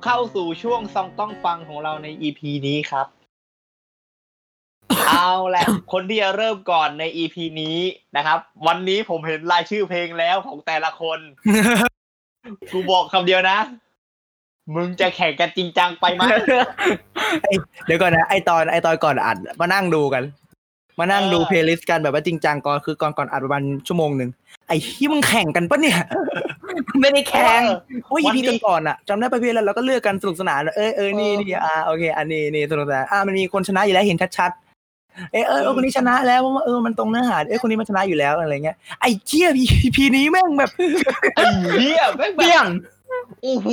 [SPEAKER 1] เข้าสู่ช่วงซองต้องฟังของเราใน EP นี้ครับ เอาแหละ คนที่จะเริ่มก่อนใน EP นี้นะครับ วันนี้ผมเห็นรายชื่อเพลงแล้วของแต่ละคน กูบอกคำเดียวนะ มึงจะแข่งกันจริงจังไปไหม
[SPEAKER 2] เดี๋ยวก่อนนะไอตอนไอตอนก่อนอัดมานั่งดูกัน มานั่งดู
[SPEAKER 1] เออ
[SPEAKER 2] เพลย์ลิสต์กันแบบว่าจริงจังก่อนคือก่อนก่อนอัดประมาณชั่วโมงหนึ่งไอ้ที่มึงแข่งกันปะเนี่ย
[SPEAKER 3] ไม่ได้แข่ง
[SPEAKER 1] เออ
[SPEAKER 2] โอ้ย
[SPEAKER 1] วั
[SPEAKER 2] อี
[SPEAKER 1] นนี้
[SPEAKER 2] พีก่อนๆอ่ะจำได้ประเภทแล้วเราก็เลือกกันสนุกสนานเออเออนี่นี่อ่าโอเคอันนี้นี่สนุกสนานอ่ามันมีคนชนะอยู่แล้วเห็นชัดๆเออเออเออคนนี้ชนะแล้วเพราะว่าเออมันตรงเนื้อหาเออคนนี้มันชนะอยู่แล้วอะไรเงี้ยไอ้เชี่ย อีพีนี้แม่งแบบ
[SPEAKER 1] ไอ้เหี้ยแม่งแบ
[SPEAKER 3] เบี้ย
[SPEAKER 1] บ
[SPEAKER 3] ง
[SPEAKER 1] โอ้โห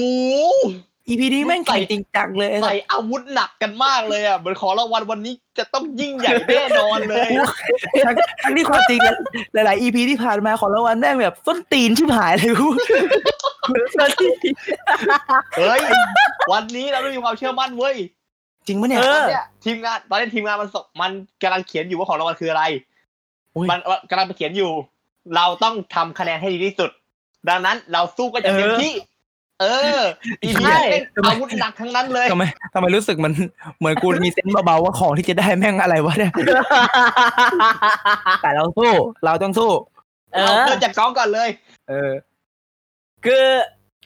[SPEAKER 2] อีพีนี้แม่งแข่งจริงจังเลยไอ้สั
[SPEAKER 1] ใส่
[SPEAKER 2] ส
[SPEAKER 1] อาวุธหนักกันมากเลยอ่ะเหมือนขอรางวัลวันนี้จะต้องยิ่งใหญ่แน่นอนเลย
[SPEAKER 2] ทั้งทั้งที่ความจริงแล้วหลายๆอีพีที่ผ่านมาของรางวัลแม่งแบบส้นตีนชิบหายเลยกู
[SPEAKER 1] เฮ้ย วันนี้เราต้องมีความเชื่อมั่นเว้ย
[SPEAKER 2] จริงปะเนี่ย
[SPEAKER 3] เออ
[SPEAKER 1] เนี่ยทีมงานตอนนี้ทีมงานมันสมันกำลังเขียนอยู่ว่าของรางวัลคืออะไร
[SPEAKER 2] อุ๊ย
[SPEAKER 1] มันมันกำลังเขียนอยู่ เราต้องทำคะแนนให้ดีที่สุด ดังนั้นเราสู้กันอย่างเต็มที่ เอออีพียเล่นอาวุธหนักทั้งนั้นเลย
[SPEAKER 2] ทำไมทำไมรู้สึกมันเหมือนกูมีเซนส์เบาๆว่าของที่จะได้แม่งอะไรวะเนี่ยแต่เราสู้ เราต้องสู้
[SPEAKER 3] เอ
[SPEAKER 1] เอา
[SPEAKER 3] อ
[SPEAKER 1] เริ่มจากก้องก่อนเลย
[SPEAKER 2] เออ
[SPEAKER 3] คือ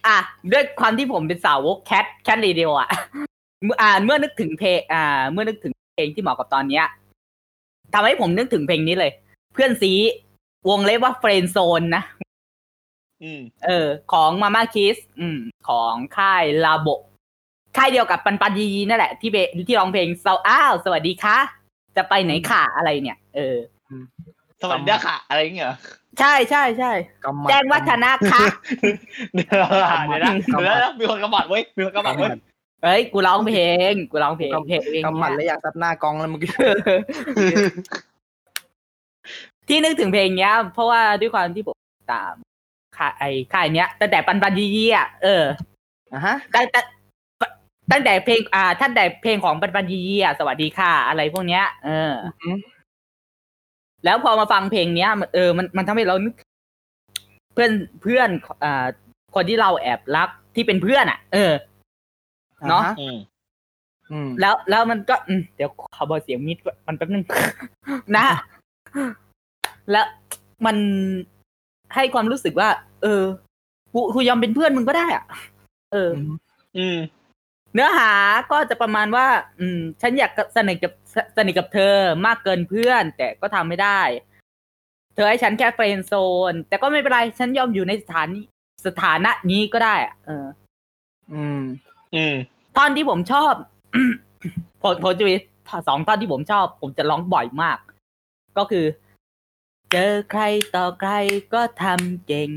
[SPEAKER 3] อ่ะ ด้วยความที่ผมเป็นสาวกแคทแคทเรดิโออ่ะ เมื่ออ่าเมื่อนึกถึงเพลงอ่า เมื่อนึกถึงเพลงที่เหมาะกับตอนเนี้ยทำให้ผมนึกถึงเพลงนี้เลย เพื่อนซีวงเล็บว่าเฟรนโซนนะ
[SPEAKER 1] อืม
[SPEAKER 3] เออ ของมาม่าคิสอืม ของค่ายลาโบะค่ายเดียวกับปันปันยียีนั่นแหละ ที่เบที่ร้องเพลงเซาอ้าว สวัสดีค่ะ จะไปไหนค่ะอะไรเนี่ย เออ
[SPEAKER 1] สวัสดีค่ะ อะไรอย่างเงี้ยเหรอ
[SPEAKER 3] ใช่ใช่ใช่
[SPEAKER 2] กำมัด
[SPEAKER 3] แจ้งวัฒนะคะ
[SPEAKER 1] เดี๋ยวนะเดี๋ยวนะเดี๋ยวนะมีคนกระบาดเว้ยมีคนกระบาดเว้ย
[SPEAKER 3] เอ้ย กูร้องเพลง กูร้องเพลงเพลงเพลง
[SPEAKER 2] กำมัด
[SPEAKER 3] เนี่
[SPEAKER 2] และ
[SPEAKER 3] ย
[SPEAKER 2] อยากซับหน้ากองแล้วเมื่อกี้
[SPEAKER 3] ที่นึกถึงเพลงเนี้ย เพราะว่าด้วยความที่ผมตามค่ายไอ้ค่ายเนี้ยตั้งแต่ปันปันยี่ยี่อ่ะเออ
[SPEAKER 2] อ่ะฮะ
[SPEAKER 3] ตั้งแต่ตั้งแต่เพลง อ่าตั้งแต่เพลงของปันปันยี่ยี่อ่ะสวัสดีค่ะ อะไรพวกเนี้ย เอออ
[SPEAKER 2] อหือ
[SPEAKER 3] แล้วพอมาฟังเพลงเนี้ยมันเออมันมันทำให้เรานึก เพื่อนเพื่อนอ่าคนที่เราแอบรักที่เป็นเพื่อนอ่ะ เออ เนาะ
[SPEAKER 2] อ่ฮ
[SPEAKER 1] อืม
[SPEAKER 2] อืม
[SPEAKER 3] แล้วแล้วมันก็อืมเดี๋ยวขอเบอเสียงมิดมันแป๊บนึง นะ แล้วมันให้ความรู้สึกว่า เออกูกูยอมเป็นเพื่อนมึงก็ได้อะเออ
[SPEAKER 1] อืม
[SPEAKER 3] เนื้อหาก็จะประมาณว่า อืม ฉันอยากสนิทกับสนิทกับเธอมากเกินเพื่อน แต่ก็ทำไม่ได้ เธอให้ฉันแค่เฟรนด์โซน แต่ก็ไม่เป็นไร ฉันยอมอยู่ในสถานสถานะนี้ก็ได้อะเออ
[SPEAKER 2] อืม
[SPEAKER 1] อืม
[SPEAKER 3] ท่อนที่ผมชอบ ผมผมจะมีสองท่อนที่ผมชอบ ผมจะร้องบ่อยมาก ก็คือ เจอใครต่อใครก็ทำเก่ง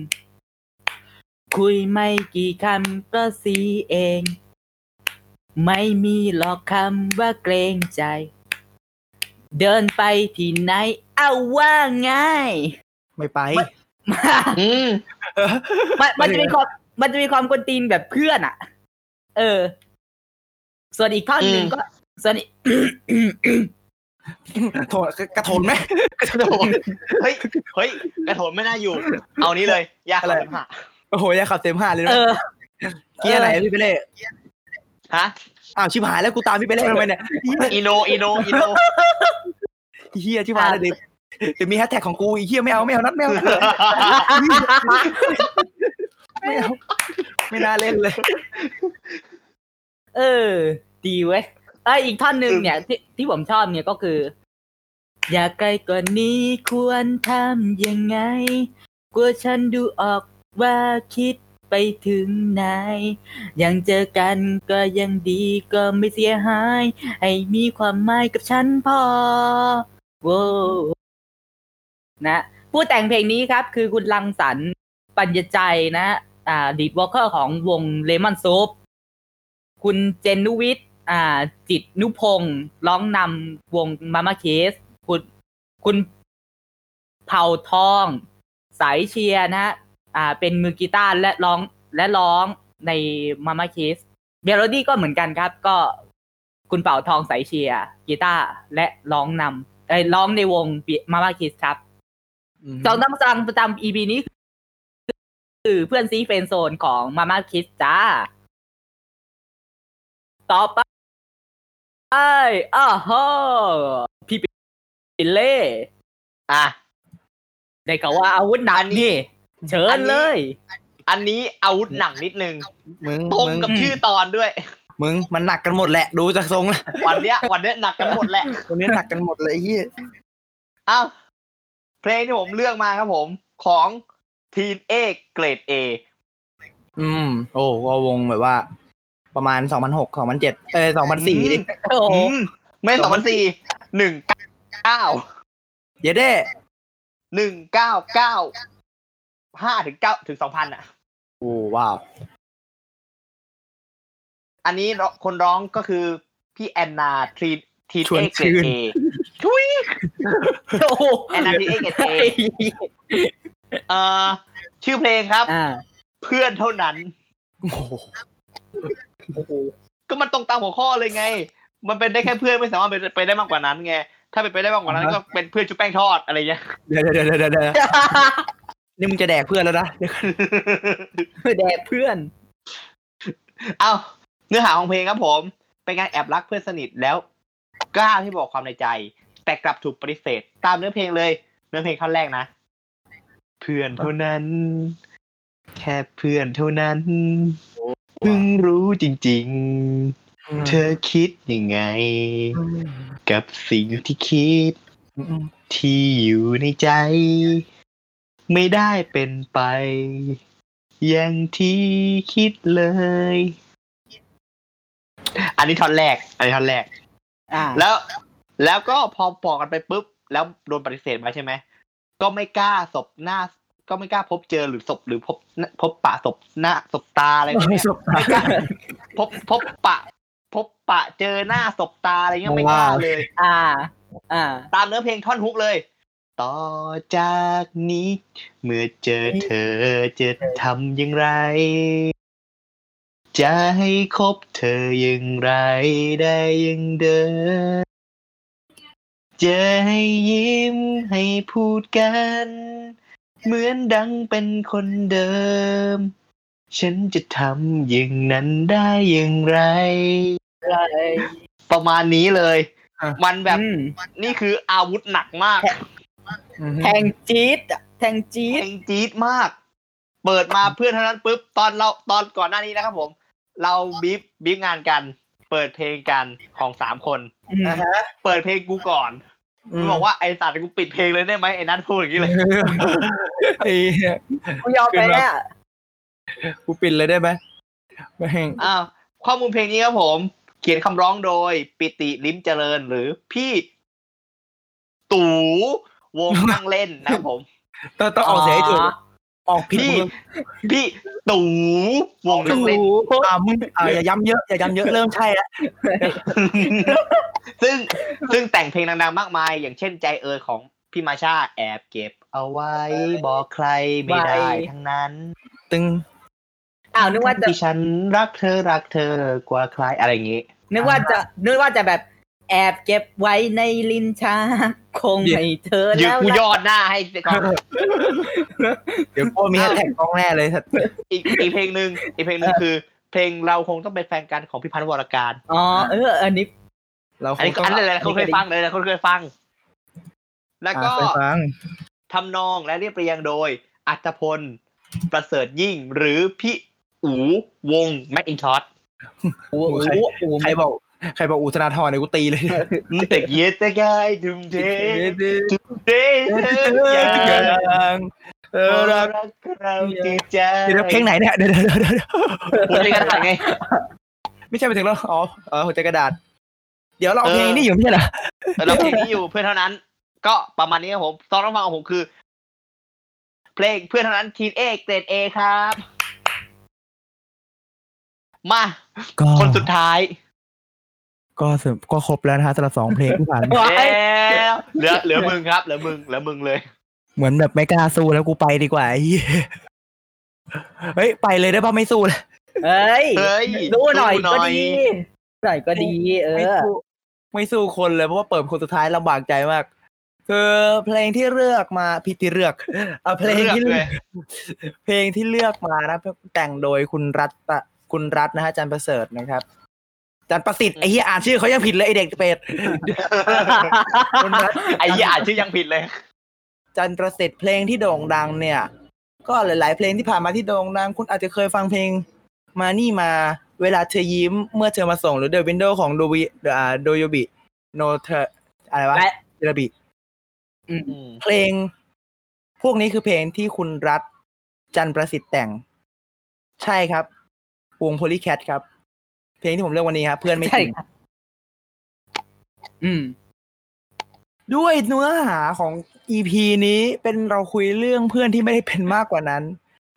[SPEAKER 3] คุยไม่กี่คำก็ซีเอง ไม่มีหรอกคำว่าเกรงใจ เดินไปที่ไหน เอาว่าไง่าย
[SPEAKER 2] ไม่ไป
[SPEAKER 3] ไม่
[SPEAKER 1] อืม
[SPEAKER 3] มันมันจะมีความ มันจะมีความกวนตีนแบบเพื่อนอ่ะ เออ ส่วนอีกท่อนหนึ่งก็ ส่วนอีก
[SPEAKER 2] โถกระ โถนไหมกระโถน
[SPEAKER 1] เฮ้ยเฮ้ยกระโถนไม่น่าอยู่ เอานี้เลยยาก
[SPEAKER 2] อะไร
[SPEAKER 1] เลยฮะ
[SPEAKER 2] โอ้โหอยาขับเต็มห้าเลยนะ
[SPEAKER 3] เออ
[SPEAKER 2] เกียร์ไหนพี่เปเล่
[SPEAKER 1] ฮะ
[SPEAKER 2] อ้าวชิบหายแล้วกูตามพี่เปเล่ทำไมเนี่ย
[SPEAKER 1] อีโนอีโนอีโน
[SPEAKER 2] เฮียชิบหายเลยเดี๋ยวเดี๋ยวมีแฮชแท็กของกูอีเฮียไม่เอาไม่เอานัดไม่เอานัดไม่เอาไม่น่าเล่นเลย
[SPEAKER 3] เออ ดีเว้ยเอออีกท่อนหนึ่งเนี่ย ที่ที่ผมชอบเนี่ยก็คือ อยากไกลกว่านี้ควรทำยังไง กลัวฉันดูออกว่าคิดไปถึงไหน ยังเจอกันก็ยังดีก็ไม่เสียหาย ให้มีความหมายกับฉันพอโว้วนะ ผู้แต่งเพลงนี้ครับ คือคุณลังสรรค์ปัญญาใจนะ อ่าดีดวอลเกอร์ของวงเลมอนซ u p คุณเจนนุวิทย์อ่า จิตนุพงศ์ร้องนำวงมามาเคส คุณคุณเผ่าทอง สายเชียร์นะฮะอ่า เป็นมือกีตาร์และร้องและร้องในมามาเคสเมโลดี้ก็เหมือนกันครับ ก็คุณเป่าทองสายเชียร์กีตาร์และร้องนำเอ้ยร้องในวงมามาเคสครับ สองตำสังประจำ EP นี้คือเพื่อนซีเฟรนด์โซนของมาม่าคิดจ้า ต่อไปไอ้อ้าวโหพี่ปิเล่
[SPEAKER 1] อ่ะ
[SPEAKER 3] ได้กล่าวว่าอาวุธหนักนี่ เชิ
[SPEAKER 1] อั
[SPEAKER 3] ญ
[SPEAKER 1] นนี้
[SPEAKER 3] เลย
[SPEAKER 1] อันนี้อาวุธหนักนิดนึง
[SPEAKER 2] มึง
[SPEAKER 1] ตรง
[SPEAKER 2] มึง
[SPEAKER 1] กับชื่อตอนด้วย
[SPEAKER 2] มึงมันหนักกันหมดแหละ ดูจากทรงแล้ว
[SPEAKER 1] วันเนี้ยวันเนี้ยหนักกันหมดแหละ
[SPEAKER 2] วันนี้หนักกันหมดเลยไอ้เฮีย
[SPEAKER 1] อ้าวเพลงที่ผมเลือกมาครับผม ของทีนเอกเกรดเอ
[SPEAKER 2] อืม โอ้ก็วงแบบว่า ประมาณสองพันหกสองพันเจ็ดเออสองพันสี่ดิ
[SPEAKER 3] โอ้โห
[SPEAKER 1] ไม่สองพันสี่หนึ่งเก้า
[SPEAKER 2] เยเด้
[SPEAKER 1] หนึ่งเก้าเก้าห้าถึงเก้าถึงสองพันอ่ะ
[SPEAKER 2] โอ้ว้าว
[SPEAKER 1] อันนี้คนร้องก็คือพี่แอนนาทีที
[SPEAKER 2] ชวน
[SPEAKER 1] เอก
[SPEAKER 2] ชื่
[SPEAKER 1] เกรด
[SPEAKER 2] น
[SPEAKER 1] เอ
[SPEAKER 3] โอ้โห
[SPEAKER 1] แอนนาทีเอกเกรดเอเอ่อชื่อเพลงครับ
[SPEAKER 3] อ่า
[SPEAKER 1] เพื่อนเท่านั้น
[SPEAKER 2] โอ้โห
[SPEAKER 1] ก็มันตรงตามหัวข้อเลยไง มันเป็นได้แค่เพื่อนไม่สามารถเป็นไปได้มากกว่านั้นไง ถ้าเป็นไปได้มากกว่านั้นก็เป็นเพื่อนชุบแป้งทอดอะไรเงี้ ย
[SPEAKER 2] เดี๋ยวเดี๋ยวเดี๋ยวเดี๋ยวเดี๋ยวนี่มึงจะแดกเพื่อนแล้วนะเดี๋ยว
[SPEAKER 3] แดกเพื่อน
[SPEAKER 1] เอาเนื้อหาของเพลงครับผม เป็นการแอบรักเพื่อนสนิทแล้วกล้าที่บอกความในใจ แต่กลับถูกปฏิเสธ ตามเนื้อเพลงเลย เนื้อเพลงท่อนแรกนะ เพื่อนเท่านั้น แค่เพื่อนเท่านั้นเพิ่งรู้จริง ๆ เธอคิดยังไง กับสิ่งที่คิด ที่อยู่ในใจ ไม่ได้เป็นไป อย่างที่คิดเลย อันนี้ท่อนแรก อันนี้ท่อนแรก
[SPEAKER 3] อ่า
[SPEAKER 1] แล้ว แล้วก็พอปอกกันไปปุ๊บ แล้วโดนปฏิเสธมาใช่ไหม ก็ไม่กล้าศพหน้า ก็ไม่กล้าพบเจอหรือศพหรือพบพบปะศพหน้าศพตาอะไรพวก
[SPEAKER 2] ไม่
[SPEAKER 1] เนี้ย
[SPEAKER 2] สบตา
[SPEAKER 1] ไม่กล้าพบพบปะ พบปะเจอหน้าศพตาอะไรเงี้ยไม่กล้า
[SPEAKER 2] ว้าว
[SPEAKER 1] เลย
[SPEAKER 3] อ่า อ่า
[SPEAKER 1] ตามเนื้อเพลงท่อนฮุกเลย ต่อจากนี้ เมื่อเจอเธอจะทำอย่างไร จะให้คบเธออย่างไรได้อยังเดิมจะให้ยิ้มให้พูดกัน เหมือนดังเป็นคนเดิม ฉันจะทำอย่างนั้นได้อย่างไร ประมาณนี้เลย
[SPEAKER 2] อ่ะ
[SPEAKER 1] มันแบบ
[SPEAKER 3] อืม
[SPEAKER 1] นี่คืออาวุธหนักมาก
[SPEAKER 3] แทงจี๊ดอะแทงจี๊ด
[SPEAKER 1] เองจี๊ดมาก เปิดมาเพื่อนเท่านั้นปุ๊บตอนเราตอนก่อนหน้านี้นะครับผม เราบีบบีบงานกัน เปิดเพลงกันของสามคน
[SPEAKER 2] นะฮะ
[SPEAKER 1] เปิดเพลงกูก่อนมันบอกว่าไอสัตว์กูปิดเพลงเลยได้ไหมไอ้นัทพูดอย่างนี้เลย
[SPEAKER 2] ไอ้เหี้ย
[SPEAKER 3] กูยอมไป
[SPEAKER 2] คือแบบ
[SPEAKER 3] แล้ว
[SPEAKER 2] กูปิดเลยได้ไหมแม่ง
[SPEAKER 1] อ้าวข้อมูลเพลงนี้ครับผม เขียนคำร้องโดย ปิติลิ้มเจริญหรือพี่ ตู่วงนั่งเล่นนะครับผม
[SPEAKER 2] ต้องต้องออกเสียงให้ถูกออกผิด
[SPEAKER 1] พี่
[SPEAKER 2] มึง
[SPEAKER 1] พี่ตู่วงนั่งเล่น
[SPEAKER 2] อ่ามึงอ่าอย่าย้ำเยอะอย่าย้ำเยอะเริ่มใช่แล้ว
[SPEAKER 1] ซึ่งซึ่งแต่งเพลงดังๆมากมาย อย่างเช่นใจเอยของพี่มาชาแอบเก็บ เอาไว้บอกใครไม่ได้
[SPEAKER 3] ไว้
[SPEAKER 1] ทั้งนั้น
[SPEAKER 2] ตึง
[SPEAKER 3] อ้าวนึกว่าจะ
[SPEAKER 1] ที่ฉันรักเธอรักเธอกว่าใครอะไรอย่างงี้
[SPEAKER 3] นึกว่าจะนึกว่าจะแบบแอบเก็บไว้ในลิ้นชักคงให้เธอ
[SPEAKER 1] ยืด
[SPEAKER 3] แล้ว
[SPEAKER 1] กูย
[SPEAKER 3] ล่ะ
[SPEAKER 1] อดหน้าให้ก่อน
[SPEAKER 2] เดี๋ยวกูมีแฮชแท็กกล้องแน่เลยสัตว์
[SPEAKER 1] อีกอีกเพลงหนึ่งอีกเพลงหนึ่งคือ เพลงเราคงต้องเป็นแฟนกันของพี่พันธ์วรการ
[SPEAKER 3] อ๋อเอออันนี้
[SPEAKER 2] เรา
[SPEAKER 1] อันนี้ก็อันนั้นแหละเขาเคยฟังเลยนะเขาเคยฟัง แล้วก็
[SPEAKER 2] อ่ะเคยฟัง
[SPEAKER 1] ทำนองและเรียบเรียงโดย อัตพล ประเสริฐยิ่งหรือพี่อูวงแมคอินทอส
[SPEAKER 2] โอ้โหใครใครบอกใครบอกอุตนาธรเนี่ยกูตีเลย
[SPEAKER 1] มันแต่เย็ดแต่กายดุมเทเด
[SPEAKER 2] เอ
[SPEAKER 1] เอ
[SPEAKER 2] อ
[SPEAKER 1] อ
[SPEAKER 2] รั
[SPEAKER 1] รั
[SPEAKER 2] ก
[SPEAKER 1] กเราจริงใจ
[SPEAKER 2] เดี๋ยวเพลงไหนเนี่ยเดี๋ยวเดี๋ยวเดี๋ยวเดี๋ยว
[SPEAKER 1] หัวใจกระดาษไง
[SPEAKER 2] ไม่ใช่ไปถึงแล้วอ๋อเออหัวใจกระดาษ เดี๋ยวเราเอา
[SPEAKER 1] เออ
[SPEAKER 2] เพลงนี้อยู่ไม่ใช่เหรอ
[SPEAKER 1] แต่เราเพลงนี้อยู่เพื่อนเท่านั้น ก็ประมาณนี้ครับผมตอนรับฟังของผมคือ เพลงเพื่อนเท่านั้นทีนเอกเกรดเอครับ มา คนสุดท้าย
[SPEAKER 2] ก็สรุปก็ครบแล้วนะฮะสำหรับสองเพลงที่ผ่านมา
[SPEAKER 1] แล้วเหลือเหลือมึงครับ เหลือมึงเหลือมึงเลย
[SPEAKER 2] เหมือนแบบไม่กล้าสู้แล้วกูไปดีกว่าไอ้เหี้ยเฮ้ยไปเลยได้ป่ะไม่สู้แล้ว
[SPEAKER 3] เอ้ย
[SPEAKER 1] เฮ้ย
[SPEAKER 3] ดูหน่อย
[SPEAKER 1] ดูหน่
[SPEAKER 3] ก็
[SPEAKER 1] อย
[SPEAKER 3] ดีหน่อยก็ดี เอ
[SPEAKER 2] ไม่
[SPEAKER 3] อ
[SPEAKER 2] สู้ไม่สู้คนเลยเพราะว่าเปิดคนสุดท้ายลำบากใจมาก คือเพลงที่เลือกมาพิธีเลือกเอาเพลงที่
[SPEAKER 1] เลื
[SPEAKER 2] เลื
[SPEAKER 1] อ
[SPEAKER 2] อก ก
[SPEAKER 1] เลย
[SPEAKER 2] เพลงที่เลือกมานะแต่งโดยคุณรัตน์คุณรัตน์นะฮะจันประเสริฐนะครับจันประสิทธิ์ไอ้เหี้ยอ่านชื่อเขายังผิดเลยไอ้เด็กเป็ดคุณรัตน์
[SPEAKER 1] ไอ้ยี่อ่านชื่อยังผิดเลย
[SPEAKER 2] จันประสิทธิ์เพลงที่โด่งดังเนี่ย ก็หลาย ๆ เพลงที่ผ่านมาที่โด่งดัง คุณอาจจะเคยฟังเพลง มานี่มาเวลาเธอยิ้มเมื่อเธอมาส่งหรือ The Window ของโดบิโดโยบิโนเธออะไรวะ
[SPEAKER 3] และ
[SPEAKER 2] เดบิเพลง พวกนี้คือเพลงที่คุณรัฐจันประสิทธิ์แต่ง ใช่ครับ วงโพลีแคทครับ เพลงที่ผมเลือกวันนี้ครับเพื่อนไม่
[SPEAKER 3] ใช่
[SPEAKER 2] จริง
[SPEAKER 3] ครับอืม
[SPEAKER 2] ด้วยเนื้อหาของ EP นี้เป็นเราคุยเรื่องเพื่อนที่ไม่ได้เป็นมากกว่านั้น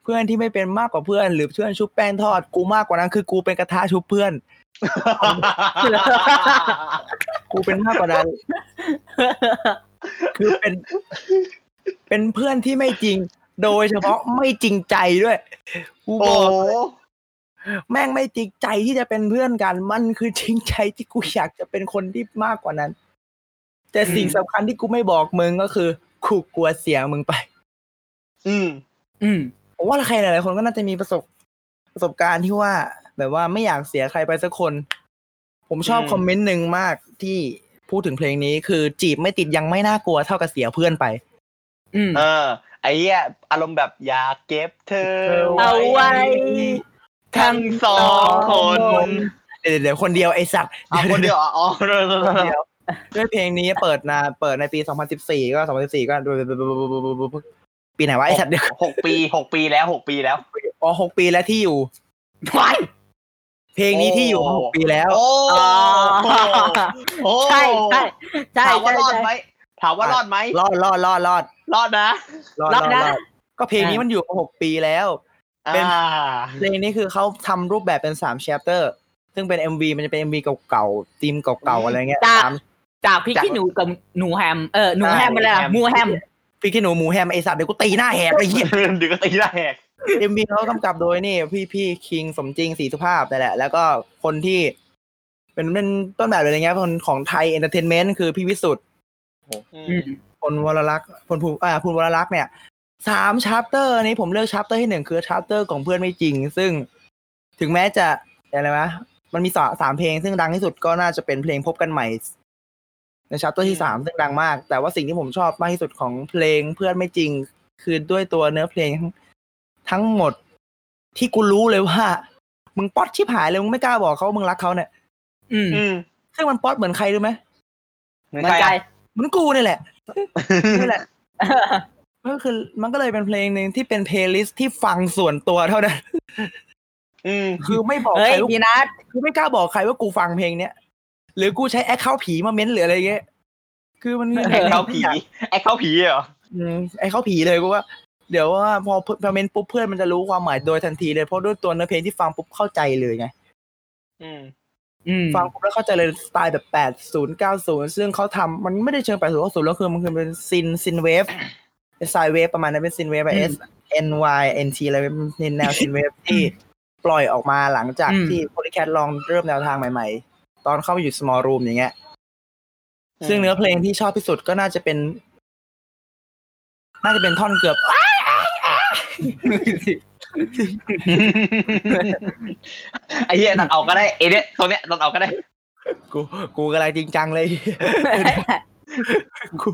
[SPEAKER 2] เพื่อนที่ไม่เป็นมากกว่าเพื่อน หรือเพื่อนชุบแป้งทอดกูมากกว่านั้นคือกูเป็นกระทะชุบเพื่อน กูเป็นมากกว่านั้น คือเป็น เป็นเพื่อนที่ไม่จริง โดยเฉพาะไม่จริงใจด้วยกูบ
[SPEAKER 1] โอ้
[SPEAKER 2] อก
[SPEAKER 1] โห
[SPEAKER 2] แม่งไม่จริงใจที่จะเป็นเพื่อนกัน มันคือจริงใจที่กูอยากจะเป็นคนที่มากกว่านั้น แต่สิ่งสำคัญที่กูไม่บอกมึงก็คือกูกลัวเสียมึงไป
[SPEAKER 1] อืม
[SPEAKER 3] อืม
[SPEAKER 2] ผมว่าใครหลายๆคนก็น่าจะมีประสบประสบการณ์ที่ว่า แบบว่าไม่อยากเสียใครไปสักคน ผมชอบ
[SPEAKER 1] อืม
[SPEAKER 2] คอมเมนต์หนึ่งมากที่พูดถึงเพลงนี้คือจีบไม่ติดยังไม่น่ากลัวเท่ากับเสียเพื่อนไป
[SPEAKER 3] อืม
[SPEAKER 1] เออ ไอ้เหี้ยอารมณ์แบบอยากเก็บเธอ
[SPEAKER 3] เอาไว้
[SPEAKER 1] ทั้งสองคน
[SPEAKER 2] เดี๋ยวเดี๋ยวคนเดียวไอสัตว์
[SPEAKER 1] เอาคนเดียวอ๋อเออเออเออ
[SPEAKER 2] เดี๋ยวด้วยเพลงนี้เปิดนาเปิดในปี 2014 ก็ 2014 ก็ปีไหนวะไอสัตว์เดี๋ยว
[SPEAKER 1] หกปีหกปีแล้วหกปีแล้ว
[SPEAKER 2] อ๋อหกปีแล้วที่อยู่ เพลงนี้ที่อยู่มาหกปีแล้ว
[SPEAKER 1] โอ้โห
[SPEAKER 3] ใช่ใช่ใช่
[SPEAKER 1] ถามว่า
[SPEAKER 3] ใช่
[SPEAKER 1] รอด
[SPEAKER 3] ใช่
[SPEAKER 1] ไหมถามว่ารอดไหม
[SPEAKER 2] รอดรอดรอดรอด
[SPEAKER 1] รอดนะ
[SPEAKER 2] รอด
[SPEAKER 3] รอบ
[SPEAKER 2] รอด
[SPEAKER 3] นะ
[SPEAKER 2] รอดก็เพลงนี้มันอยู่มาหกปีแล้ว เป็น
[SPEAKER 1] อ่า
[SPEAKER 2] เพลงนี้คือเขาทำรูปแบบเป็นสามแชปเตอร์ซึ่งเป็น MV มันจะเป็น MV เก่าๆธีมเก่าๆอะไรเงี้ย
[SPEAKER 3] จาก
[SPEAKER 2] สาม
[SPEAKER 3] จากพริกขี้หนูกับหนูแฮม เออหนูแฮมอะไรล่ะหมูแฮม
[SPEAKER 2] พี่ขี้หนูหมูแฮมไอสัตว์เดี๋ยวกูตีหน้าแหบเลยเหี้ย
[SPEAKER 1] เดึกก็ตีได้แหก
[SPEAKER 2] MV เขากำกับโดยนี่ พี่พี่คิงสมจริงสีสุภาพนั่นแหละ แล้วก็คนที่ เป็นเป็นต้นแบบอะไรเงี้ยคนของไทยเอนเตอร์เทนเมนต์คือพี่วิสุทธ์
[SPEAKER 3] อืม
[SPEAKER 2] พลวรลักษณ์พลภูอ่าพลวรลักษณ์เนี่ยสามชาปเตอร์นี้ผมเลือกชาปเตอร์ที่หนึ่งคือชาปเตอร์ของเพื่อนไม่จริง ซึ่งถึงแม้จะอะไรนะมันมีสามสามเพลง ซึ่งดังที่สุดก็น่าจะเป็นเพลงพบกันใหม่ ในชาปเตอร์ที่สามซึ่งดังมาก แต่ว่าสิ่งที่ผมชอบมากที่สุดของเพลงเพื่อนไม่จริง คือด้วยตัวเนื้อเพลงทั้งทั้งหมดที่กูรู้เลยว่า มึงป๊อดชิบหายเลยมึงไม่กล้าบอกเขาว่ามึงรักเขาเนี่ย
[SPEAKER 3] อืม
[SPEAKER 1] อืม
[SPEAKER 2] ซึ่งมันป๊อดเหมือนใครรู้ไหม
[SPEAKER 1] เหมือน
[SPEAKER 3] มัน
[SPEAKER 1] ใคร
[SPEAKER 3] ใจ
[SPEAKER 1] อะ
[SPEAKER 2] เหมือนกู นี่แหละนี่แหละ ก็คือมันก็เลยเป็นเพลงหนึ่งที่เป็นเพลย์ลิสต์ที่ฟังส่วนตัวเท่านั้น
[SPEAKER 1] อืม
[SPEAKER 2] คือไม่บอก
[SPEAKER 3] เฮ้
[SPEAKER 2] ใค
[SPEAKER 3] ย
[SPEAKER 2] รว่า
[SPEAKER 3] พี่นัท
[SPEAKER 2] คือไม่กล้าบอกใครว่ากูฟังเพลงเนี้ยหรือกูใช้แอคเคาผีมาเม้นหรืออะไรเงี้ยคือมัน
[SPEAKER 1] ไอ้เข้าผีไอ้เข้าผีเหรอ
[SPEAKER 2] อืมแอคเคาผีเลยกูว่า เดี๋ยวว่าพอเพื่อนพอเม้นปุ๊บเพื่อนมันจะรู้ความหมายโดยทันทีเลยเพราะด้วยตัวเนื้อเพลงที่ฟังปุ๊บเข้าใจเลยไง
[SPEAKER 1] อืม
[SPEAKER 3] อืม
[SPEAKER 2] ฟังปุ๊บแล้วเข้าใจเลยสไตล์แบบแปดศูนย์เก้าศูนย์ซึ่งเขาทำมันไม่ได้เชิงแปดศูนย์เก้าศูนย์แล้วคือมันคือเป็นซินซินเวฟเป็นไซเวฟประมาณนั้นเป็นซินเวฟไป S N Y N T อะไรเป็นแนวซินเวฟที่ ปล่อยออกมาหลังจาก
[SPEAKER 3] อืม
[SPEAKER 2] ที่โพลิแคทลองเริ่มแนวทางใหม่ ๆ ตอนเข้ามาอยู่ small room อย่างเงี้ย ซึ่งเนื้อเพลงที่ชอบที่สุดก็น่าจะเป็น น่าจะเป็นท่อนเกือบ
[SPEAKER 1] ไอ้เหี้ยตัดออกก็ได้เอเนี่ยตรงเนี้ยตัดออกก็ได้
[SPEAKER 2] กูกูกำลังจริงจังเลย กู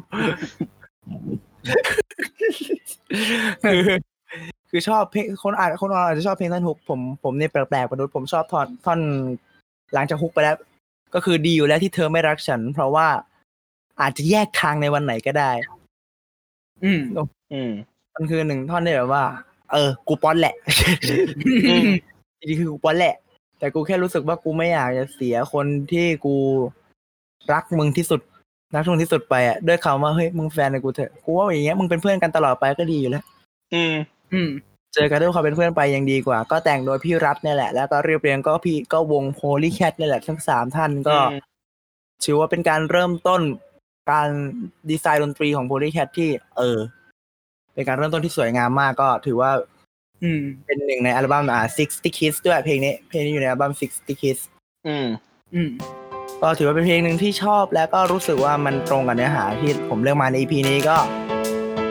[SPEAKER 2] คือคือชอบเพลงคนอาจคนอาจจะชอบเพลงท่อนฮุกผมผมเนี่ยแปลกๆมนุษย์ผมชอบท่อนท่อนหลังจากฮุกไปแล้ว ก็คือดีอยู่แล้วที่เธอไม่รักฉัน เพราะว่าอาจจะแยกทางในวันไหนก็ได้
[SPEAKER 3] อืม
[SPEAKER 1] อืม
[SPEAKER 2] มันคือหนึ่งท่อนที่แบบว่า เออ กูป้อนแหละ
[SPEAKER 1] อืม
[SPEAKER 2] จริงๆคือกูป้อนแหละ แต่กูแค่รู้สึกว่ากูไม่อยากจะเสียคนที่กูรักมึงที่สุด รักมึงที่สุดไปอ่ะด้วยคำว่าเฮ้ยมึงแฟนกับกูเถอะกูว่าอย่างเงี้ยมึงเป็นเพื่อนกันตลอดไปก็ดีอยู่แล้ว
[SPEAKER 1] อืม
[SPEAKER 3] อืม
[SPEAKER 2] เจอกันด้วยความเป็นเพื่อนไปยังดีกว่า ก็แต่งโดยพี่รัฐเนี่ยแหละ แล้วก็เรียบเรียงก็พี่ก็วงโ o ลี่แคทเนี่ยแหละทั้งสามท่านก็
[SPEAKER 1] อืม
[SPEAKER 2] ถือว่าเป็นการเริ่มต้นการดีไซน์ดนตรีของโ o ลี่แคทที่ เออ เป็นการเริ่มต้นที่สวยงามมากก็ถือว่า
[SPEAKER 3] อืม
[SPEAKER 2] เป็นหนึ่งในอัลบั้มอ่า60 Kiss ด้วยเพลงนี้ เพลงนี้อยู่ในอัลบั้ม60 Kiss
[SPEAKER 1] อืม
[SPEAKER 3] อืม
[SPEAKER 2] ก็ถือว่าเป็นเพลงหนึ่งที่ชอบแล้วก็รู้สึกว่ามันตรงกับเนื้อหาที่ผมเลือกมาใน EP นี้ก็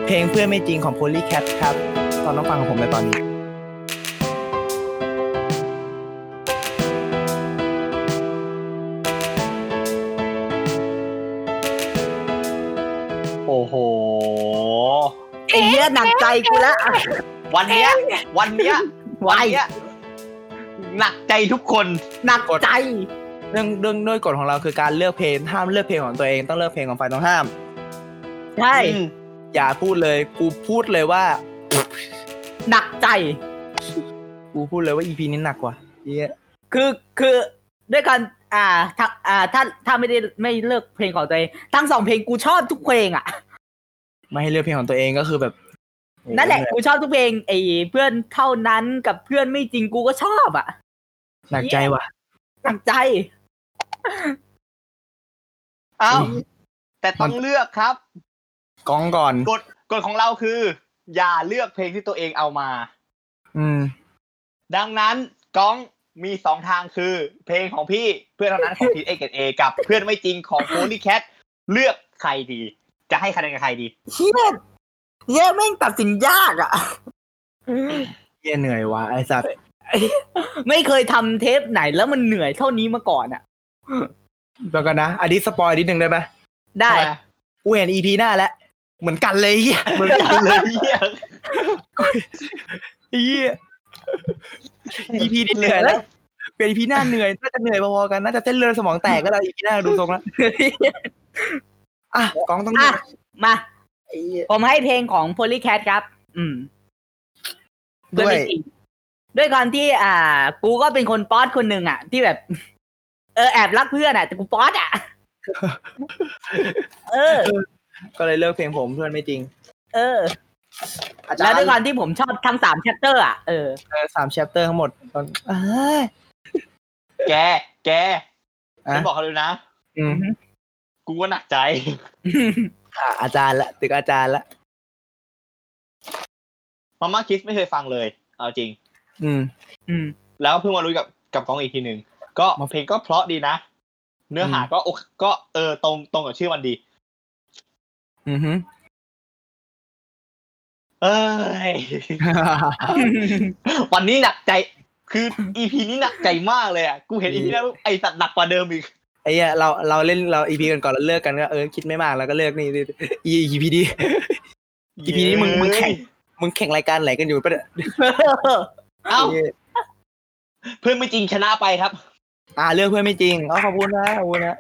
[SPEAKER 2] เพลงเพื่อนไม่จริงของ Polycat ครับ ตอนน้องฟังของผมในตอนนี้
[SPEAKER 1] โอ้โห
[SPEAKER 2] ไอ้เหี้ยหนักใจกูละ
[SPEAKER 1] วันเนี้ย วันเนี้ย วันเนี้ย หนักใจทุกคน
[SPEAKER 2] หนักใจ เรื่องเรื่องด้วยกฎของเราคือการเลือกเพลงห้ามเลือกเพลงของตัวเองต้องเลือกเพลงของฝ่ายตรงข้าม
[SPEAKER 3] ใช่
[SPEAKER 1] อืม
[SPEAKER 2] อย่าพูดเลยกูพูดเลยว่า
[SPEAKER 3] หนักใจ
[SPEAKER 2] กูพูดเลยว่า EP นี้หนักกว่าเหี้ย
[SPEAKER 3] คือคือด้วยการอ่าถ้าอ่าถ้าถ้าไม่ได้ไม่เลิกเพลงของตัวเองทั้งสองเพลงกูชอบทุกเพลงอ่ะ
[SPEAKER 2] ไม่ให้เลือกเพลงของตัวเองก็คือแบบ
[SPEAKER 3] นั่นแหละกูชอบทุกเพลงไอ้เพื่อนเท่านั้นกับเพื่อนไม่จริงกูก็ชอบอ่ะ
[SPEAKER 2] หนักใจว่ะ
[SPEAKER 3] หนักใจ
[SPEAKER 1] เอ้า แต่ต้องเลือกครับ
[SPEAKER 2] กองก่อน
[SPEAKER 1] กฎกฎของเราคือ อย่าเลือกเพลงที่ตัวเองเอามา
[SPEAKER 2] อืม
[SPEAKER 1] ดังนั้นก้องมีสองทางคือ เพลงของพี่เพื่อนเท่านั้นของทีเอเอกับ เพื่อนไม่จริงของโ o ลี่แคทเลือกใครดี จะให้คะแนนกับใครดี
[SPEAKER 3] เฮียเฮียแม่งตัดสินยากอ่ะ
[SPEAKER 2] เหี้ยเหนื่อยว่ะไอสัตว์
[SPEAKER 3] ไม่เคยทำเทปไหนแล้วมันเหนื่อยเท่านี้มาก่อนอ่ะ
[SPEAKER 2] แล้วกันนะอันนี้สปอยนิดนึงได้ไหม
[SPEAKER 3] ได้
[SPEAKER 2] กูเห็นอีพีหน้าแล้ว เหมือนกันเลยไอ้เหี้ย
[SPEAKER 1] มึงกันเลยเหี้ย
[SPEAKER 2] ไอ้เหี้ยอีพีนี้เหนื่อยแล้วเป็นอีพีหน้าเหนื่อยน่าจะเหนื่อยพอๆกันน่าจะเส้นเลือดสมองแตกก็แล้วอีพีหน้าดูทรงแล้วอ่ะกองต้องดู
[SPEAKER 3] อ่ะมาผมให้เพลงของ Polycat ครับ อืม
[SPEAKER 2] ด้ว
[SPEAKER 3] ไม่
[SPEAKER 2] ย
[SPEAKER 3] จริงด้วยความที่ อ่า กูก็เป็นคนป๊อตคนหนึ่งอ่ะ ที่แบบ เออแอบรักเพื่อนอ่ะ แต่กูป๊อตอ่ะ เออ
[SPEAKER 2] ก็เลยเลิกเพลงผมเพื่อนไม่จริง
[SPEAKER 3] เออ
[SPEAKER 2] อาจาร
[SPEAKER 3] แล้วด้วย
[SPEAKER 2] ย์
[SPEAKER 3] ความที่ผมชอบทั้งสามชัปเตอร์อ่ะเออ
[SPEAKER 2] เออสามแชปเตอร์ทั้งหมดตอนเอ้ย
[SPEAKER 1] แก แก
[SPEAKER 2] อะ
[SPEAKER 1] ฉันบอกเขาเลยนะ
[SPEAKER 2] อืม
[SPEAKER 1] กูก็หนักใจ
[SPEAKER 2] อ่ะอาจารย์ละตึกอาจารย์ละ
[SPEAKER 1] มาม่าคิสไม่เคยฟังเลย เอาจริง
[SPEAKER 2] อืม
[SPEAKER 3] อืม
[SPEAKER 1] แล้วเพิ่งมารู้กับกับก้องอีกทีหนึ่งก็เพลงก็เพราะดีนะ เนื้อหาก็โอเคก็เออตรงตรงกับชื่อมันดี
[SPEAKER 2] อื อหือ
[SPEAKER 1] เอ้ย วันนี้หนักใจ คืออีพีนี้หนักใจมากเลยอ่ะ กูเห็นอีพีแล้วไอสัตว์หนักกว่าเดิมอีก
[SPEAKER 2] ไอ้เหี้ยเราเราเล่นเราอีพีกันก่อนแล้วเลิกกันก็เออคิดไม่มากแล้วก็เลิกนี่อีอีพีดี อีพีนี้มึงมึงแข่ง มึงแข่งรายการไหนกันอยู่ปะเนี่ย
[SPEAKER 1] เอ้า เพื่อนไม่จริงชนะไปครับ
[SPEAKER 2] อ่าเรื่องเพื่อนไม่จริงอ๋อขอบคุณนะขอบคุณนะ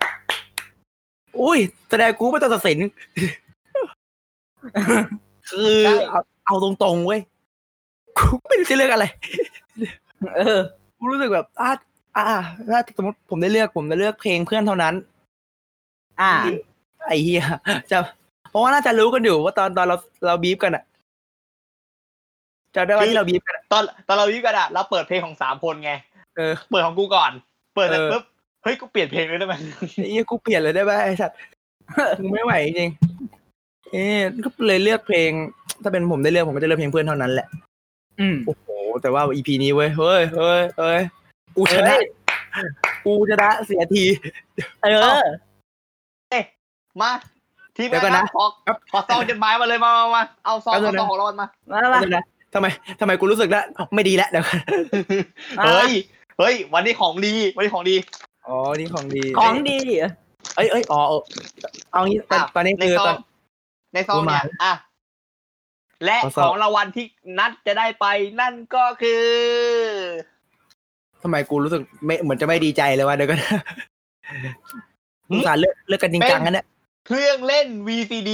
[SPEAKER 2] อุ้ยแสดงกูไม่ต้องตัดสิน คือ
[SPEAKER 1] ใช่
[SPEAKER 2] เอาเอาตรงๆเว้ยกูไม่รู้จะเลือกอะไร
[SPEAKER 3] เออ
[SPEAKER 2] กูรู้สึกแบบอ่าอ่าถ้าสมมติผมได้เลือกผมจะเลือกเพลงเพื่อนเท่านั้น
[SPEAKER 3] อ่า
[SPEAKER 2] ไอ้เหี้ยจะเพราะว่าน่าจะรู้กันอยู่ว่าตอนตอนเราเราบีบกันอะจำได้ว่าที่เราบีบกันอะ
[SPEAKER 1] ตอนตอนเราวิวกันอ่ะเราเปิดเพลงของสามคนไง
[SPEAKER 2] เออ
[SPEAKER 1] เปิดของกูก่อน เปิดเสร็จ
[SPEAKER 2] เออ
[SPEAKER 1] ปุ๊บ เฮ้ย กูเปลี่ยนเพลงเลยได้ไหม
[SPEAKER 2] ไอ้เหี้ยกูเปลี่ยนเลยได้ไหมไอ้สัตว์ กูไม่ไหวจริงเอ๊ะก็เลยเลือกเพลง ถ้าเป็นผมได้เลือกผมก็จะเลือกเพลงเพื่อนเท่านั้นแหละ
[SPEAKER 3] อืม
[SPEAKER 2] โอ้โห แต่ว่า EP นี้เว้ยเฮ้ยเฮ้ยเฮ้ยกูชนะกูชนะเสียที
[SPEAKER 3] เออ
[SPEAKER 1] มาทีม
[SPEAKER 2] เดี๋ยวก่อนนะ
[SPEAKER 1] ขอ
[SPEAKER 2] ครับ
[SPEAKER 1] ขอซองจดหมายมาเลยมามามาเอาซอง
[SPEAKER 2] แป๊
[SPEAKER 1] เอา
[SPEAKER 2] บนึ
[SPEAKER 1] ซอง
[SPEAKER 2] งนะ
[SPEAKER 1] ของรางวัลมา
[SPEAKER 3] มามา
[SPEAKER 2] เดี๋ยวนะทำไมทำไมกูรู้สึกแล้วไม่ดีแล้วเดี๋ยวก่อน
[SPEAKER 3] มา
[SPEAKER 1] เฮ้ยเฮ้ย วันนี้ของดีวันนี้ของดี
[SPEAKER 2] อ๋อนี่ของดี
[SPEAKER 3] ของดี
[SPEAKER 2] เอ้ยเอ้ยอ๋อเอาเอางี้ตอน
[SPEAKER 1] อ่ะ
[SPEAKER 2] ตอนนี้
[SPEAKER 1] ใน
[SPEAKER 2] คือ
[SPEAKER 1] ซอ
[SPEAKER 2] ตอง น
[SPEAKER 1] ในซองเนี่ยอ่ะและ
[SPEAKER 2] เอาซ
[SPEAKER 1] ข
[SPEAKER 2] อง
[SPEAKER 1] องรางวัลที่นัดจะได้ไปนั่นก็คือ
[SPEAKER 2] ทำไมกูรู้สึกไม่เหมือนจะไม่ดีใจเลยวะเดี๋ยวก่อน
[SPEAKER 1] หืม
[SPEAKER 2] สงสารเลือกเลือกกันจริงจังกันเนี่ย
[SPEAKER 1] เครื่องเล่น VCD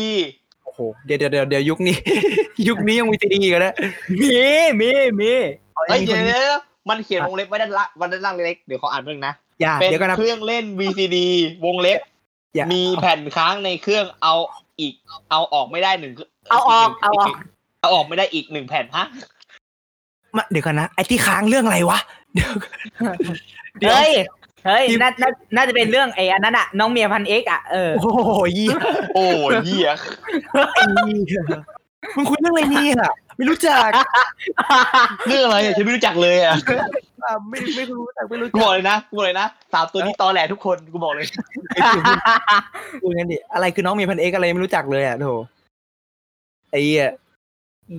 [SPEAKER 2] โอ้โหเดี๋ยวเดี๋ยวเดี๋ยวเดี๋ยวยุคนี้ ยุคนี้ยังมีซีดีอีกันนะ
[SPEAKER 3] มีมีมี
[SPEAKER 1] เฮ้ยเดี๋ยวเดี๋ยวเดี๋ยวมันเขียนวงเล็บไว้ด้านละวันด้านล่างเล็กๆเดี๋ยวขออ่านเพิ่งนะ
[SPEAKER 2] อย่า
[SPEAKER 1] เป็น
[SPEAKER 2] เดี๋ยวก่อนนะ
[SPEAKER 1] เครื่องเล่น VCD วงเล็บ
[SPEAKER 2] อย่ามี
[SPEAKER 1] มีแผ่นค้างในเครื่องเอาอีก เอาออกไม่ได้หนึ่ง
[SPEAKER 3] เอาออกเอาออก
[SPEAKER 1] เอาออกไม่ได้อีกหนึ่งแผ่นฮะ
[SPEAKER 2] มาเดี๋ยวก่อนนะไอ้ที่ค้างเรื่องอะไรวะเดี๋ยวดี๋ว
[SPEAKER 3] เฮ้ยเฮ้ย
[SPEAKER 2] ทีม
[SPEAKER 3] น่าน่าน่าจะเป็นเรื่องไอ้อันนั้นอะน้องเมียพันเอกอะเออ
[SPEAKER 2] โอ้โหเหี้ย
[SPEAKER 1] โอ้ยเหี้ย
[SPEAKER 2] มึงคุยเรื่องอะไรเนี่ยไม่รู้จัก
[SPEAKER 1] เรื่องอะไรอะฉันไม่รู้จักเลยอ่ะ
[SPEAKER 2] อ่ะไม่ไม่รู้จักไม่รู้
[SPEAKER 1] กู
[SPEAKER 2] จัก
[SPEAKER 1] บอกเลยนะกูบอกเลยนะสามตัวนี้ตอแหลทุกคนกูบอกเลย
[SPEAKER 2] คุยกันดิอะไรคือน้องมีพันเอกอะไรไม่รู้จักเลยอ่ะโถไอ้เหี้ย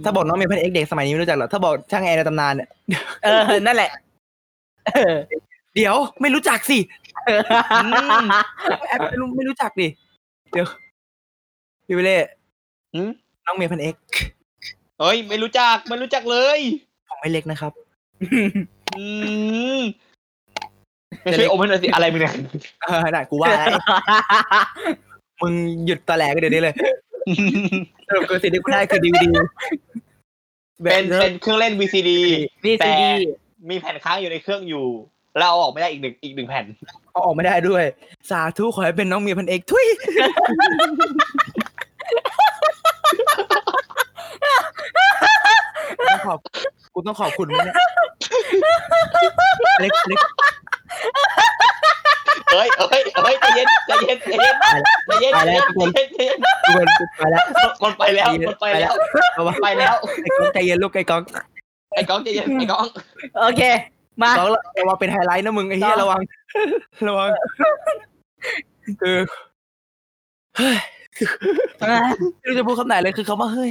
[SPEAKER 2] ถ้าบอกน้องมีพันเอกเด็กสมัยนี้ไม่รู้จักหรอกถ้าบอกช่างแอร์ในตำนานเนี่ย
[SPEAKER 3] เออ นั่นแหละ เออ
[SPEAKER 2] เดี๋ยวไม่รู้จักสิแอปไม่รู้ไม่รู้จักดิเดี๋ยวพี่วิเล่
[SPEAKER 1] หืม
[SPEAKER 2] น้องมีพันเอก
[SPEAKER 1] เฮ้ยไม่รู้จักไม่รู้จักเลย
[SPEAKER 2] ผมไม่เล็กนะครับ
[SPEAKER 1] อืมไม่ช่วยอมให้หน่อยสิอะไรมึงเนี่ย
[SPEAKER 2] เออน่ะกูว่าแล้ว มึงหยุดตะแหลกนเดี๋ยว นี้เลยสรุปคือสิ่งที่กูได้คือดีวดี
[SPEAKER 1] เป็นเป็นเครื่องเล่น VCD
[SPEAKER 3] มีซีดี
[SPEAKER 1] มีแผ่นค้างอยู่ในเครื่องอยู่แล้วเอาออกไม่ได้อีกหนึ่งอีกหนึ่งแผ่น
[SPEAKER 2] เอาออกไม่ได้ด้วย สาธุขอให้เป็นน้องเมียพันเอกทุยต้องขอบกูต้องขอบคุณมึงเนี่ยอเล็กอเล็ก
[SPEAKER 1] เฮ้ยเฮ้ยเฮ้ยใจเย็นใจเย็นใจเย็นใจเย็นใจเย็นใจเย็น
[SPEAKER 2] กูเดินไปแล้ว
[SPEAKER 1] คนไปแล้วคนไปแล้ว
[SPEAKER 2] เอาวะ
[SPEAKER 1] ไปแล้ว
[SPEAKER 2] ไอ้กองใจเย็นลูกไอ้กอง
[SPEAKER 1] ไอ้ก้องใจเย็นไอ้ก้อง
[SPEAKER 3] โอเค มา
[SPEAKER 2] กองระวังเป็นไฮไลท์นะมึงไอ้เหี้ยระวังระวังคือเฮ้ย ไม่รู้จะพูดคำไหนเลยคือเขามาเฮ้ย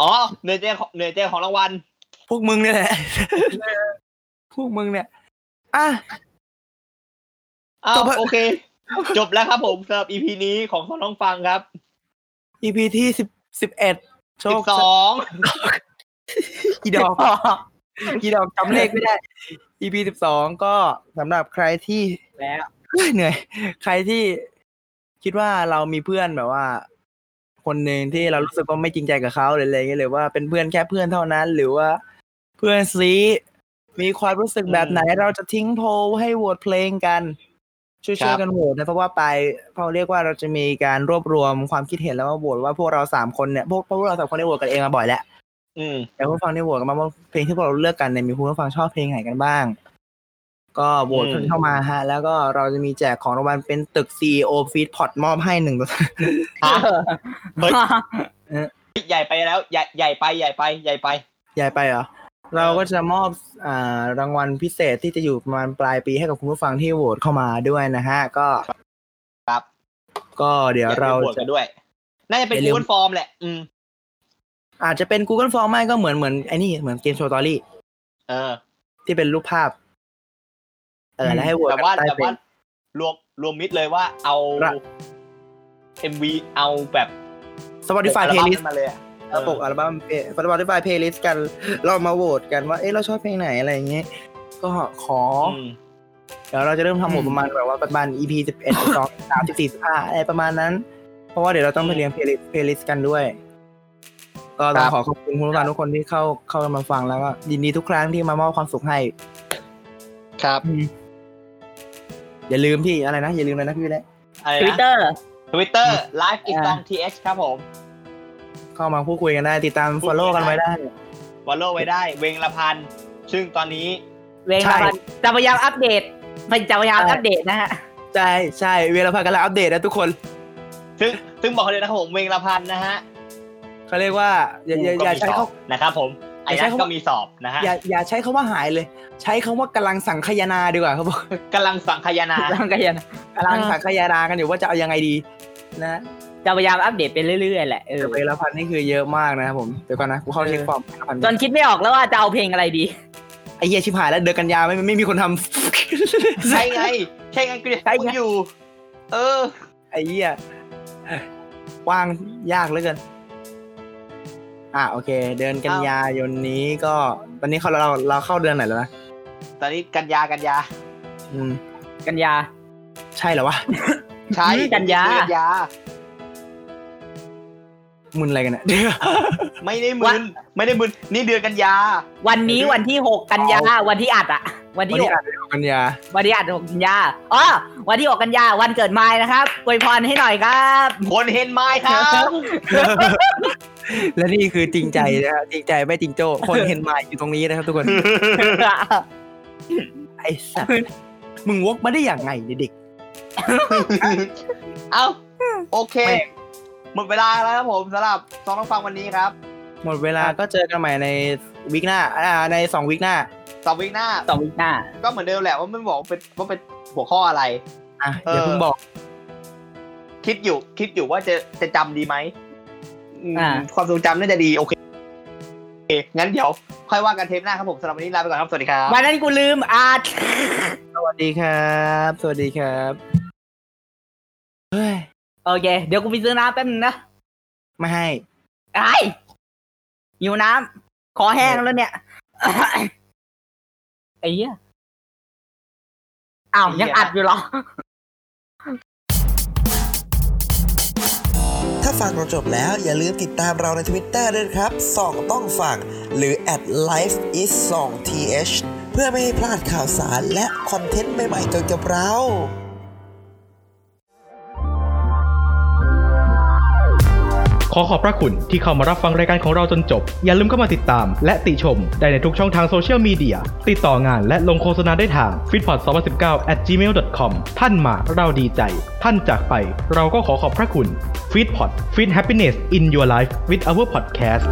[SPEAKER 1] อ๋อเหนื่อยใจของเหนื่อยใจของรางวัล
[SPEAKER 2] พวกมึงเนี่ยแหละ พวกมึงเนี่ย อ่ะ
[SPEAKER 1] อ้าว
[SPEAKER 2] จบแล้ว
[SPEAKER 1] โอเค จบแล้วครับผมสำหรับ EP นี้ของสองน้องฟังครับ
[SPEAKER 2] EP ที่สิบสิบเอ็ดโช
[SPEAKER 1] สิ
[SPEAKER 2] ค
[SPEAKER 1] บสอง
[SPEAKER 2] อีดอก อีดอกจำเลขไม่ได้ EP สิบสองก็สำหรับใครที่
[SPEAKER 3] แล้ว
[SPEAKER 2] เฮ้ยเหนื่อย ใครที่คิดว่าเรามีเพื่อนแบบว่า คนหนึ่งที่เรารู้สึกว่าไม่จริงใจกับเขาหรืออะไรเงี้ยหรือว่าเป็นเพื่อนแค่เพื่อนเท่านั้น หรือว่า เพื่อนซีมีความรู้สึกแบบไหน เราจะทิ้งโพลให้โหวตเพลงกัน ช่วยๆกันโหวตนะเพราะว่าไปเราเรียกว่าเราจะมีการรวบรวมความคิดเห็นแล้วมาโหวตว่าพวกเราสามคนเนี่ยพวกพวกเราสามคนได้โหวตกันเองมาบ่อยแล้ว
[SPEAKER 1] อืม
[SPEAKER 2] แต่ผู้ฟังได้โหวตกันมาว่าเพลงที่พวกเราเลือกกันเนี่ยมีผู้ฟังชอบเพลงไหนกันบ้าง ก็โหวตกันเข้ามาฮะ แล้วก็เราจะมีแจกของรางวัลเป็นตึก CEO f e e d p o t มอบให้หนึ่ง ตัว
[SPEAKER 1] ใหญ่ไปแล้วใหญ่ใหญ่ไปใหญ่ไปใหญ่ไป
[SPEAKER 2] ยายไปเหรอ เราก็จะมอบอ่ารางวัลพิเศษที่จะอยู่ประมาณปลายปีให้กับคุณผู้ฟังที่โหวตเข้ามาด้วยนะฮะ ก็
[SPEAKER 1] ครับ
[SPEAKER 2] ก็เดี๋ยวเรา
[SPEAKER 1] อย่ไปบวช
[SPEAKER 2] จะ
[SPEAKER 1] กันด้วย น่าจะเป็น
[SPEAKER 2] อย่าลืม
[SPEAKER 1] Google Form แหละ อืม
[SPEAKER 2] อาจจะเป็น Google Form ไม่ก็เหมือนเหมือนไอ้นี่เหมือนเกมโชว์ตอรี่
[SPEAKER 1] เออ
[SPEAKER 2] ที่เป็นรูปภาพ เออ แล้วให้โหวต
[SPEAKER 1] แต่ว่า
[SPEAKER 2] กันใต้
[SPEAKER 1] แต่
[SPEAKER 2] เพล
[SPEAKER 1] ว่าง รวมรวมมิดเลยว่าเอา
[SPEAKER 2] ละ
[SPEAKER 1] MV เอาแบบ
[SPEAKER 2] Spotify
[SPEAKER 1] อัลบั้ม
[SPEAKER 2] playlist
[SPEAKER 1] มาเลยอะเอ
[SPEAKER 2] ระ
[SPEAKER 1] อ
[SPEAKER 2] บบอัลบั้มเอ่อ Spotify playlist กัน เรามาโหวตกันว่า เอ๊ะเราชอบเพลงไหนอะไรอย่างเงี้ยก็ขออ
[SPEAKER 1] ม
[SPEAKER 2] เดี๋ยวเราจะเริ่มทำโหวตประมาณแบบว่าประมาณ EP สิบเอ็ดสิบสองสามสิบสี่สิบห้าอะไรประมาณนั้น เพราะว่าเดี๋ยวเราต้องไปเรียง playlist playlist กันด้วย ก็ต้องขอขอบคุณคุณผู้ฟังทุกคนที่เข้าเข้ามาฟังแล้วก็ยินดีทุกครั้งที่มามอบความสุขให้
[SPEAKER 1] ครับ
[SPEAKER 2] อย่าลืมที่อะไรนะ อย่าลืมเลยนะพี่เล็ก
[SPEAKER 1] อะไร
[SPEAKER 3] ทวิตเต
[SPEAKER 1] นะ
[SPEAKER 3] อร์
[SPEAKER 1] ทวิตเตอร์ live is on th ครับผม
[SPEAKER 2] เข้ามาพูดคุยกันได้ติดตาม follow กันไว้ได้
[SPEAKER 1] วอลโลไว้ได้ เวงละพัน ซึ่งตอนนี้
[SPEAKER 3] เวง
[SPEAKER 2] ใช่
[SPEAKER 3] ละพันจะพยายามอัปเดตมันจะพยายามอัปเดตนะฮะ
[SPEAKER 2] ใช่ใช่เวลาพากันแล้วอัปเดตนะทุกคน
[SPEAKER 1] ซึ่งซึ่งบอกเลยนะครับผม เวงละพันนะฮะ
[SPEAKER 2] เขาเรียกว่าอย่าอย่า
[SPEAKER 1] กู
[SPEAKER 2] อ
[SPEAKER 1] ก็มี
[SPEAKER 2] ย่าใช้
[SPEAKER 1] สอ
[SPEAKER 2] เขา
[SPEAKER 1] บนะครับผมไอ้
[SPEAKER 2] อย่าใช้
[SPEAKER 1] นั้น
[SPEAKER 2] คำว่า
[SPEAKER 1] ก็มีสอบนะฮะ
[SPEAKER 2] อย่าอย่าใช้คำว่าหายเลย ใช้คำว่ากำลังสังคายนาดีกว่าเขาบอก
[SPEAKER 1] กำลังสังคายนา
[SPEAKER 3] ร่างกายนะ
[SPEAKER 2] กำลังสังคายนากันอยู่ว่าจะเอายังไงดี นะ
[SPEAKER 3] จะพยายามอัปเดตไปเรื่อยๆแหละเออ
[SPEAKER 2] เวลาพันนี่คือเยอะมากนะครับผมเดี๋ยวก่อนนะกูเข้าเช็คฟอร์มพัน
[SPEAKER 3] จนคิดไม่ออกแล้วว่าจะเอาเพลงอะไรดี
[SPEAKER 2] ไอ้เหี้ยชิบหายแล้วเดือนกันยาไม่ไม่มีคนท
[SPEAKER 1] ใช่ไงใช่ไงกูจะ
[SPEAKER 3] ใช่ไง
[SPEAKER 1] พูดอยู่ เออ
[SPEAKER 2] ำ ไอ้เหี้ยกว้างยากเหลือเกินอ่ะโอเค เดือนกันยายนนี้ก็ตอนนี้เขาเราเราเข้าเดือนไหนแล้วนะ
[SPEAKER 1] ตอนนี้กันยากันยา
[SPEAKER 2] อืม
[SPEAKER 3] กันยา
[SPEAKER 2] ใช่เหรอวะ
[SPEAKER 1] ใช่
[SPEAKER 3] อืมกันยา
[SPEAKER 1] กันยา
[SPEAKER 2] มึนอะไรกันเนี่ยเดี๋ยว
[SPEAKER 1] ไม่ได้มึนไม่ได้มึนนี่เดือนกันยา
[SPEAKER 3] วันนี้วันที่หกกันยาวันที่อัดอะวั
[SPEAKER 2] วั
[SPEAKER 3] น
[SPEAKER 2] น
[SPEAKER 3] ที่ห
[SPEAKER 2] นี้
[SPEAKER 3] ก
[SPEAKER 2] อ่านเดือนกันยา
[SPEAKER 3] วันที่อัดหกกันยาอ๋อวันที่หกกันยาวันเกิดไม้นะครับอวยพรให้หน่อยครับ
[SPEAKER 1] คนเห็นไม้ ครับ
[SPEAKER 2] และนี่คือจริงใจนะครับจริงใจไม่จริงโจ้ คนเห็นมาอยู่ตรงนี้นะครับทุกคน ไอ้สัตว์มึงวกมาได้อย่างไงเนี่ยเด็ก
[SPEAKER 1] เอาโอเค
[SPEAKER 2] ไม่
[SPEAKER 1] หมดเวลาแล้วครับผมสำหรับซองต้องฟังวันนี้ครับ
[SPEAKER 2] หมดเวลาก็เจอกันใหม่ในวิกหน้าอ่าในสองวิกหน้า
[SPEAKER 1] สองวิกหน้า
[SPEAKER 3] สองวิหน้า
[SPEAKER 1] ก็เหมือนเดิมแหละว่าไม่บอกว่าเป็นว่าเป็นหัวข้ออะไร
[SPEAKER 2] อ่ะอย่าเพิ่งบอก
[SPEAKER 1] คิดอยู่ คิดอยู่ว่าจะจะจำดีไหมอืม
[SPEAKER 3] อ่า
[SPEAKER 1] ความทรงจำน่าจะดีโอเคโอเค งั้นเดี๋ยวค่อยว่ากันเทปหน้าครับผมสำหรับวันนี้ลาไปก่อนครับ สวัสดีครับ
[SPEAKER 3] วันนั้นกูลืมอัด
[SPEAKER 2] สวัสดีครับ สวัสดีครับเฮ้ย
[SPEAKER 3] โอเค เดี๋ยวกูไปซื้อน้ำแป๊บนึงนะ
[SPEAKER 2] ไม่ให้
[SPEAKER 3] ไอ้หิวน้ำคอแห้งแล้วเนี่ย ไอ้เหี้ยอ้าว ยังอัดอยู่เหรอ
[SPEAKER 4] ถ้าฟังเราจบแล้วอย่าลืมติดตามเราใน Twitter ด้วยนะครับส่องต้องฟังหรือ at life is 2 th เพื่อไม่ให้พลาดข่าวสารและคอนเทนต์ใหม่ๆเกี่ยวกับเรา
[SPEAKER 5] ขอขอบพระคุณที่เข้ามารับฟังรายการของเราจนจบ อย่าลืมเข้ามาติดตาม และติชมได้ในทุกช่องทางโซเชียลมีเดีย ติดต่องานและลงโฆษณาได้ทาง f i t p o d 2 0 1 9 gmail.com ท่านมาเราดีใจ ท่านจากไป เราก็ขอขอบพระคุณ f i t p o d Fit Happiness in Your Life with our podcast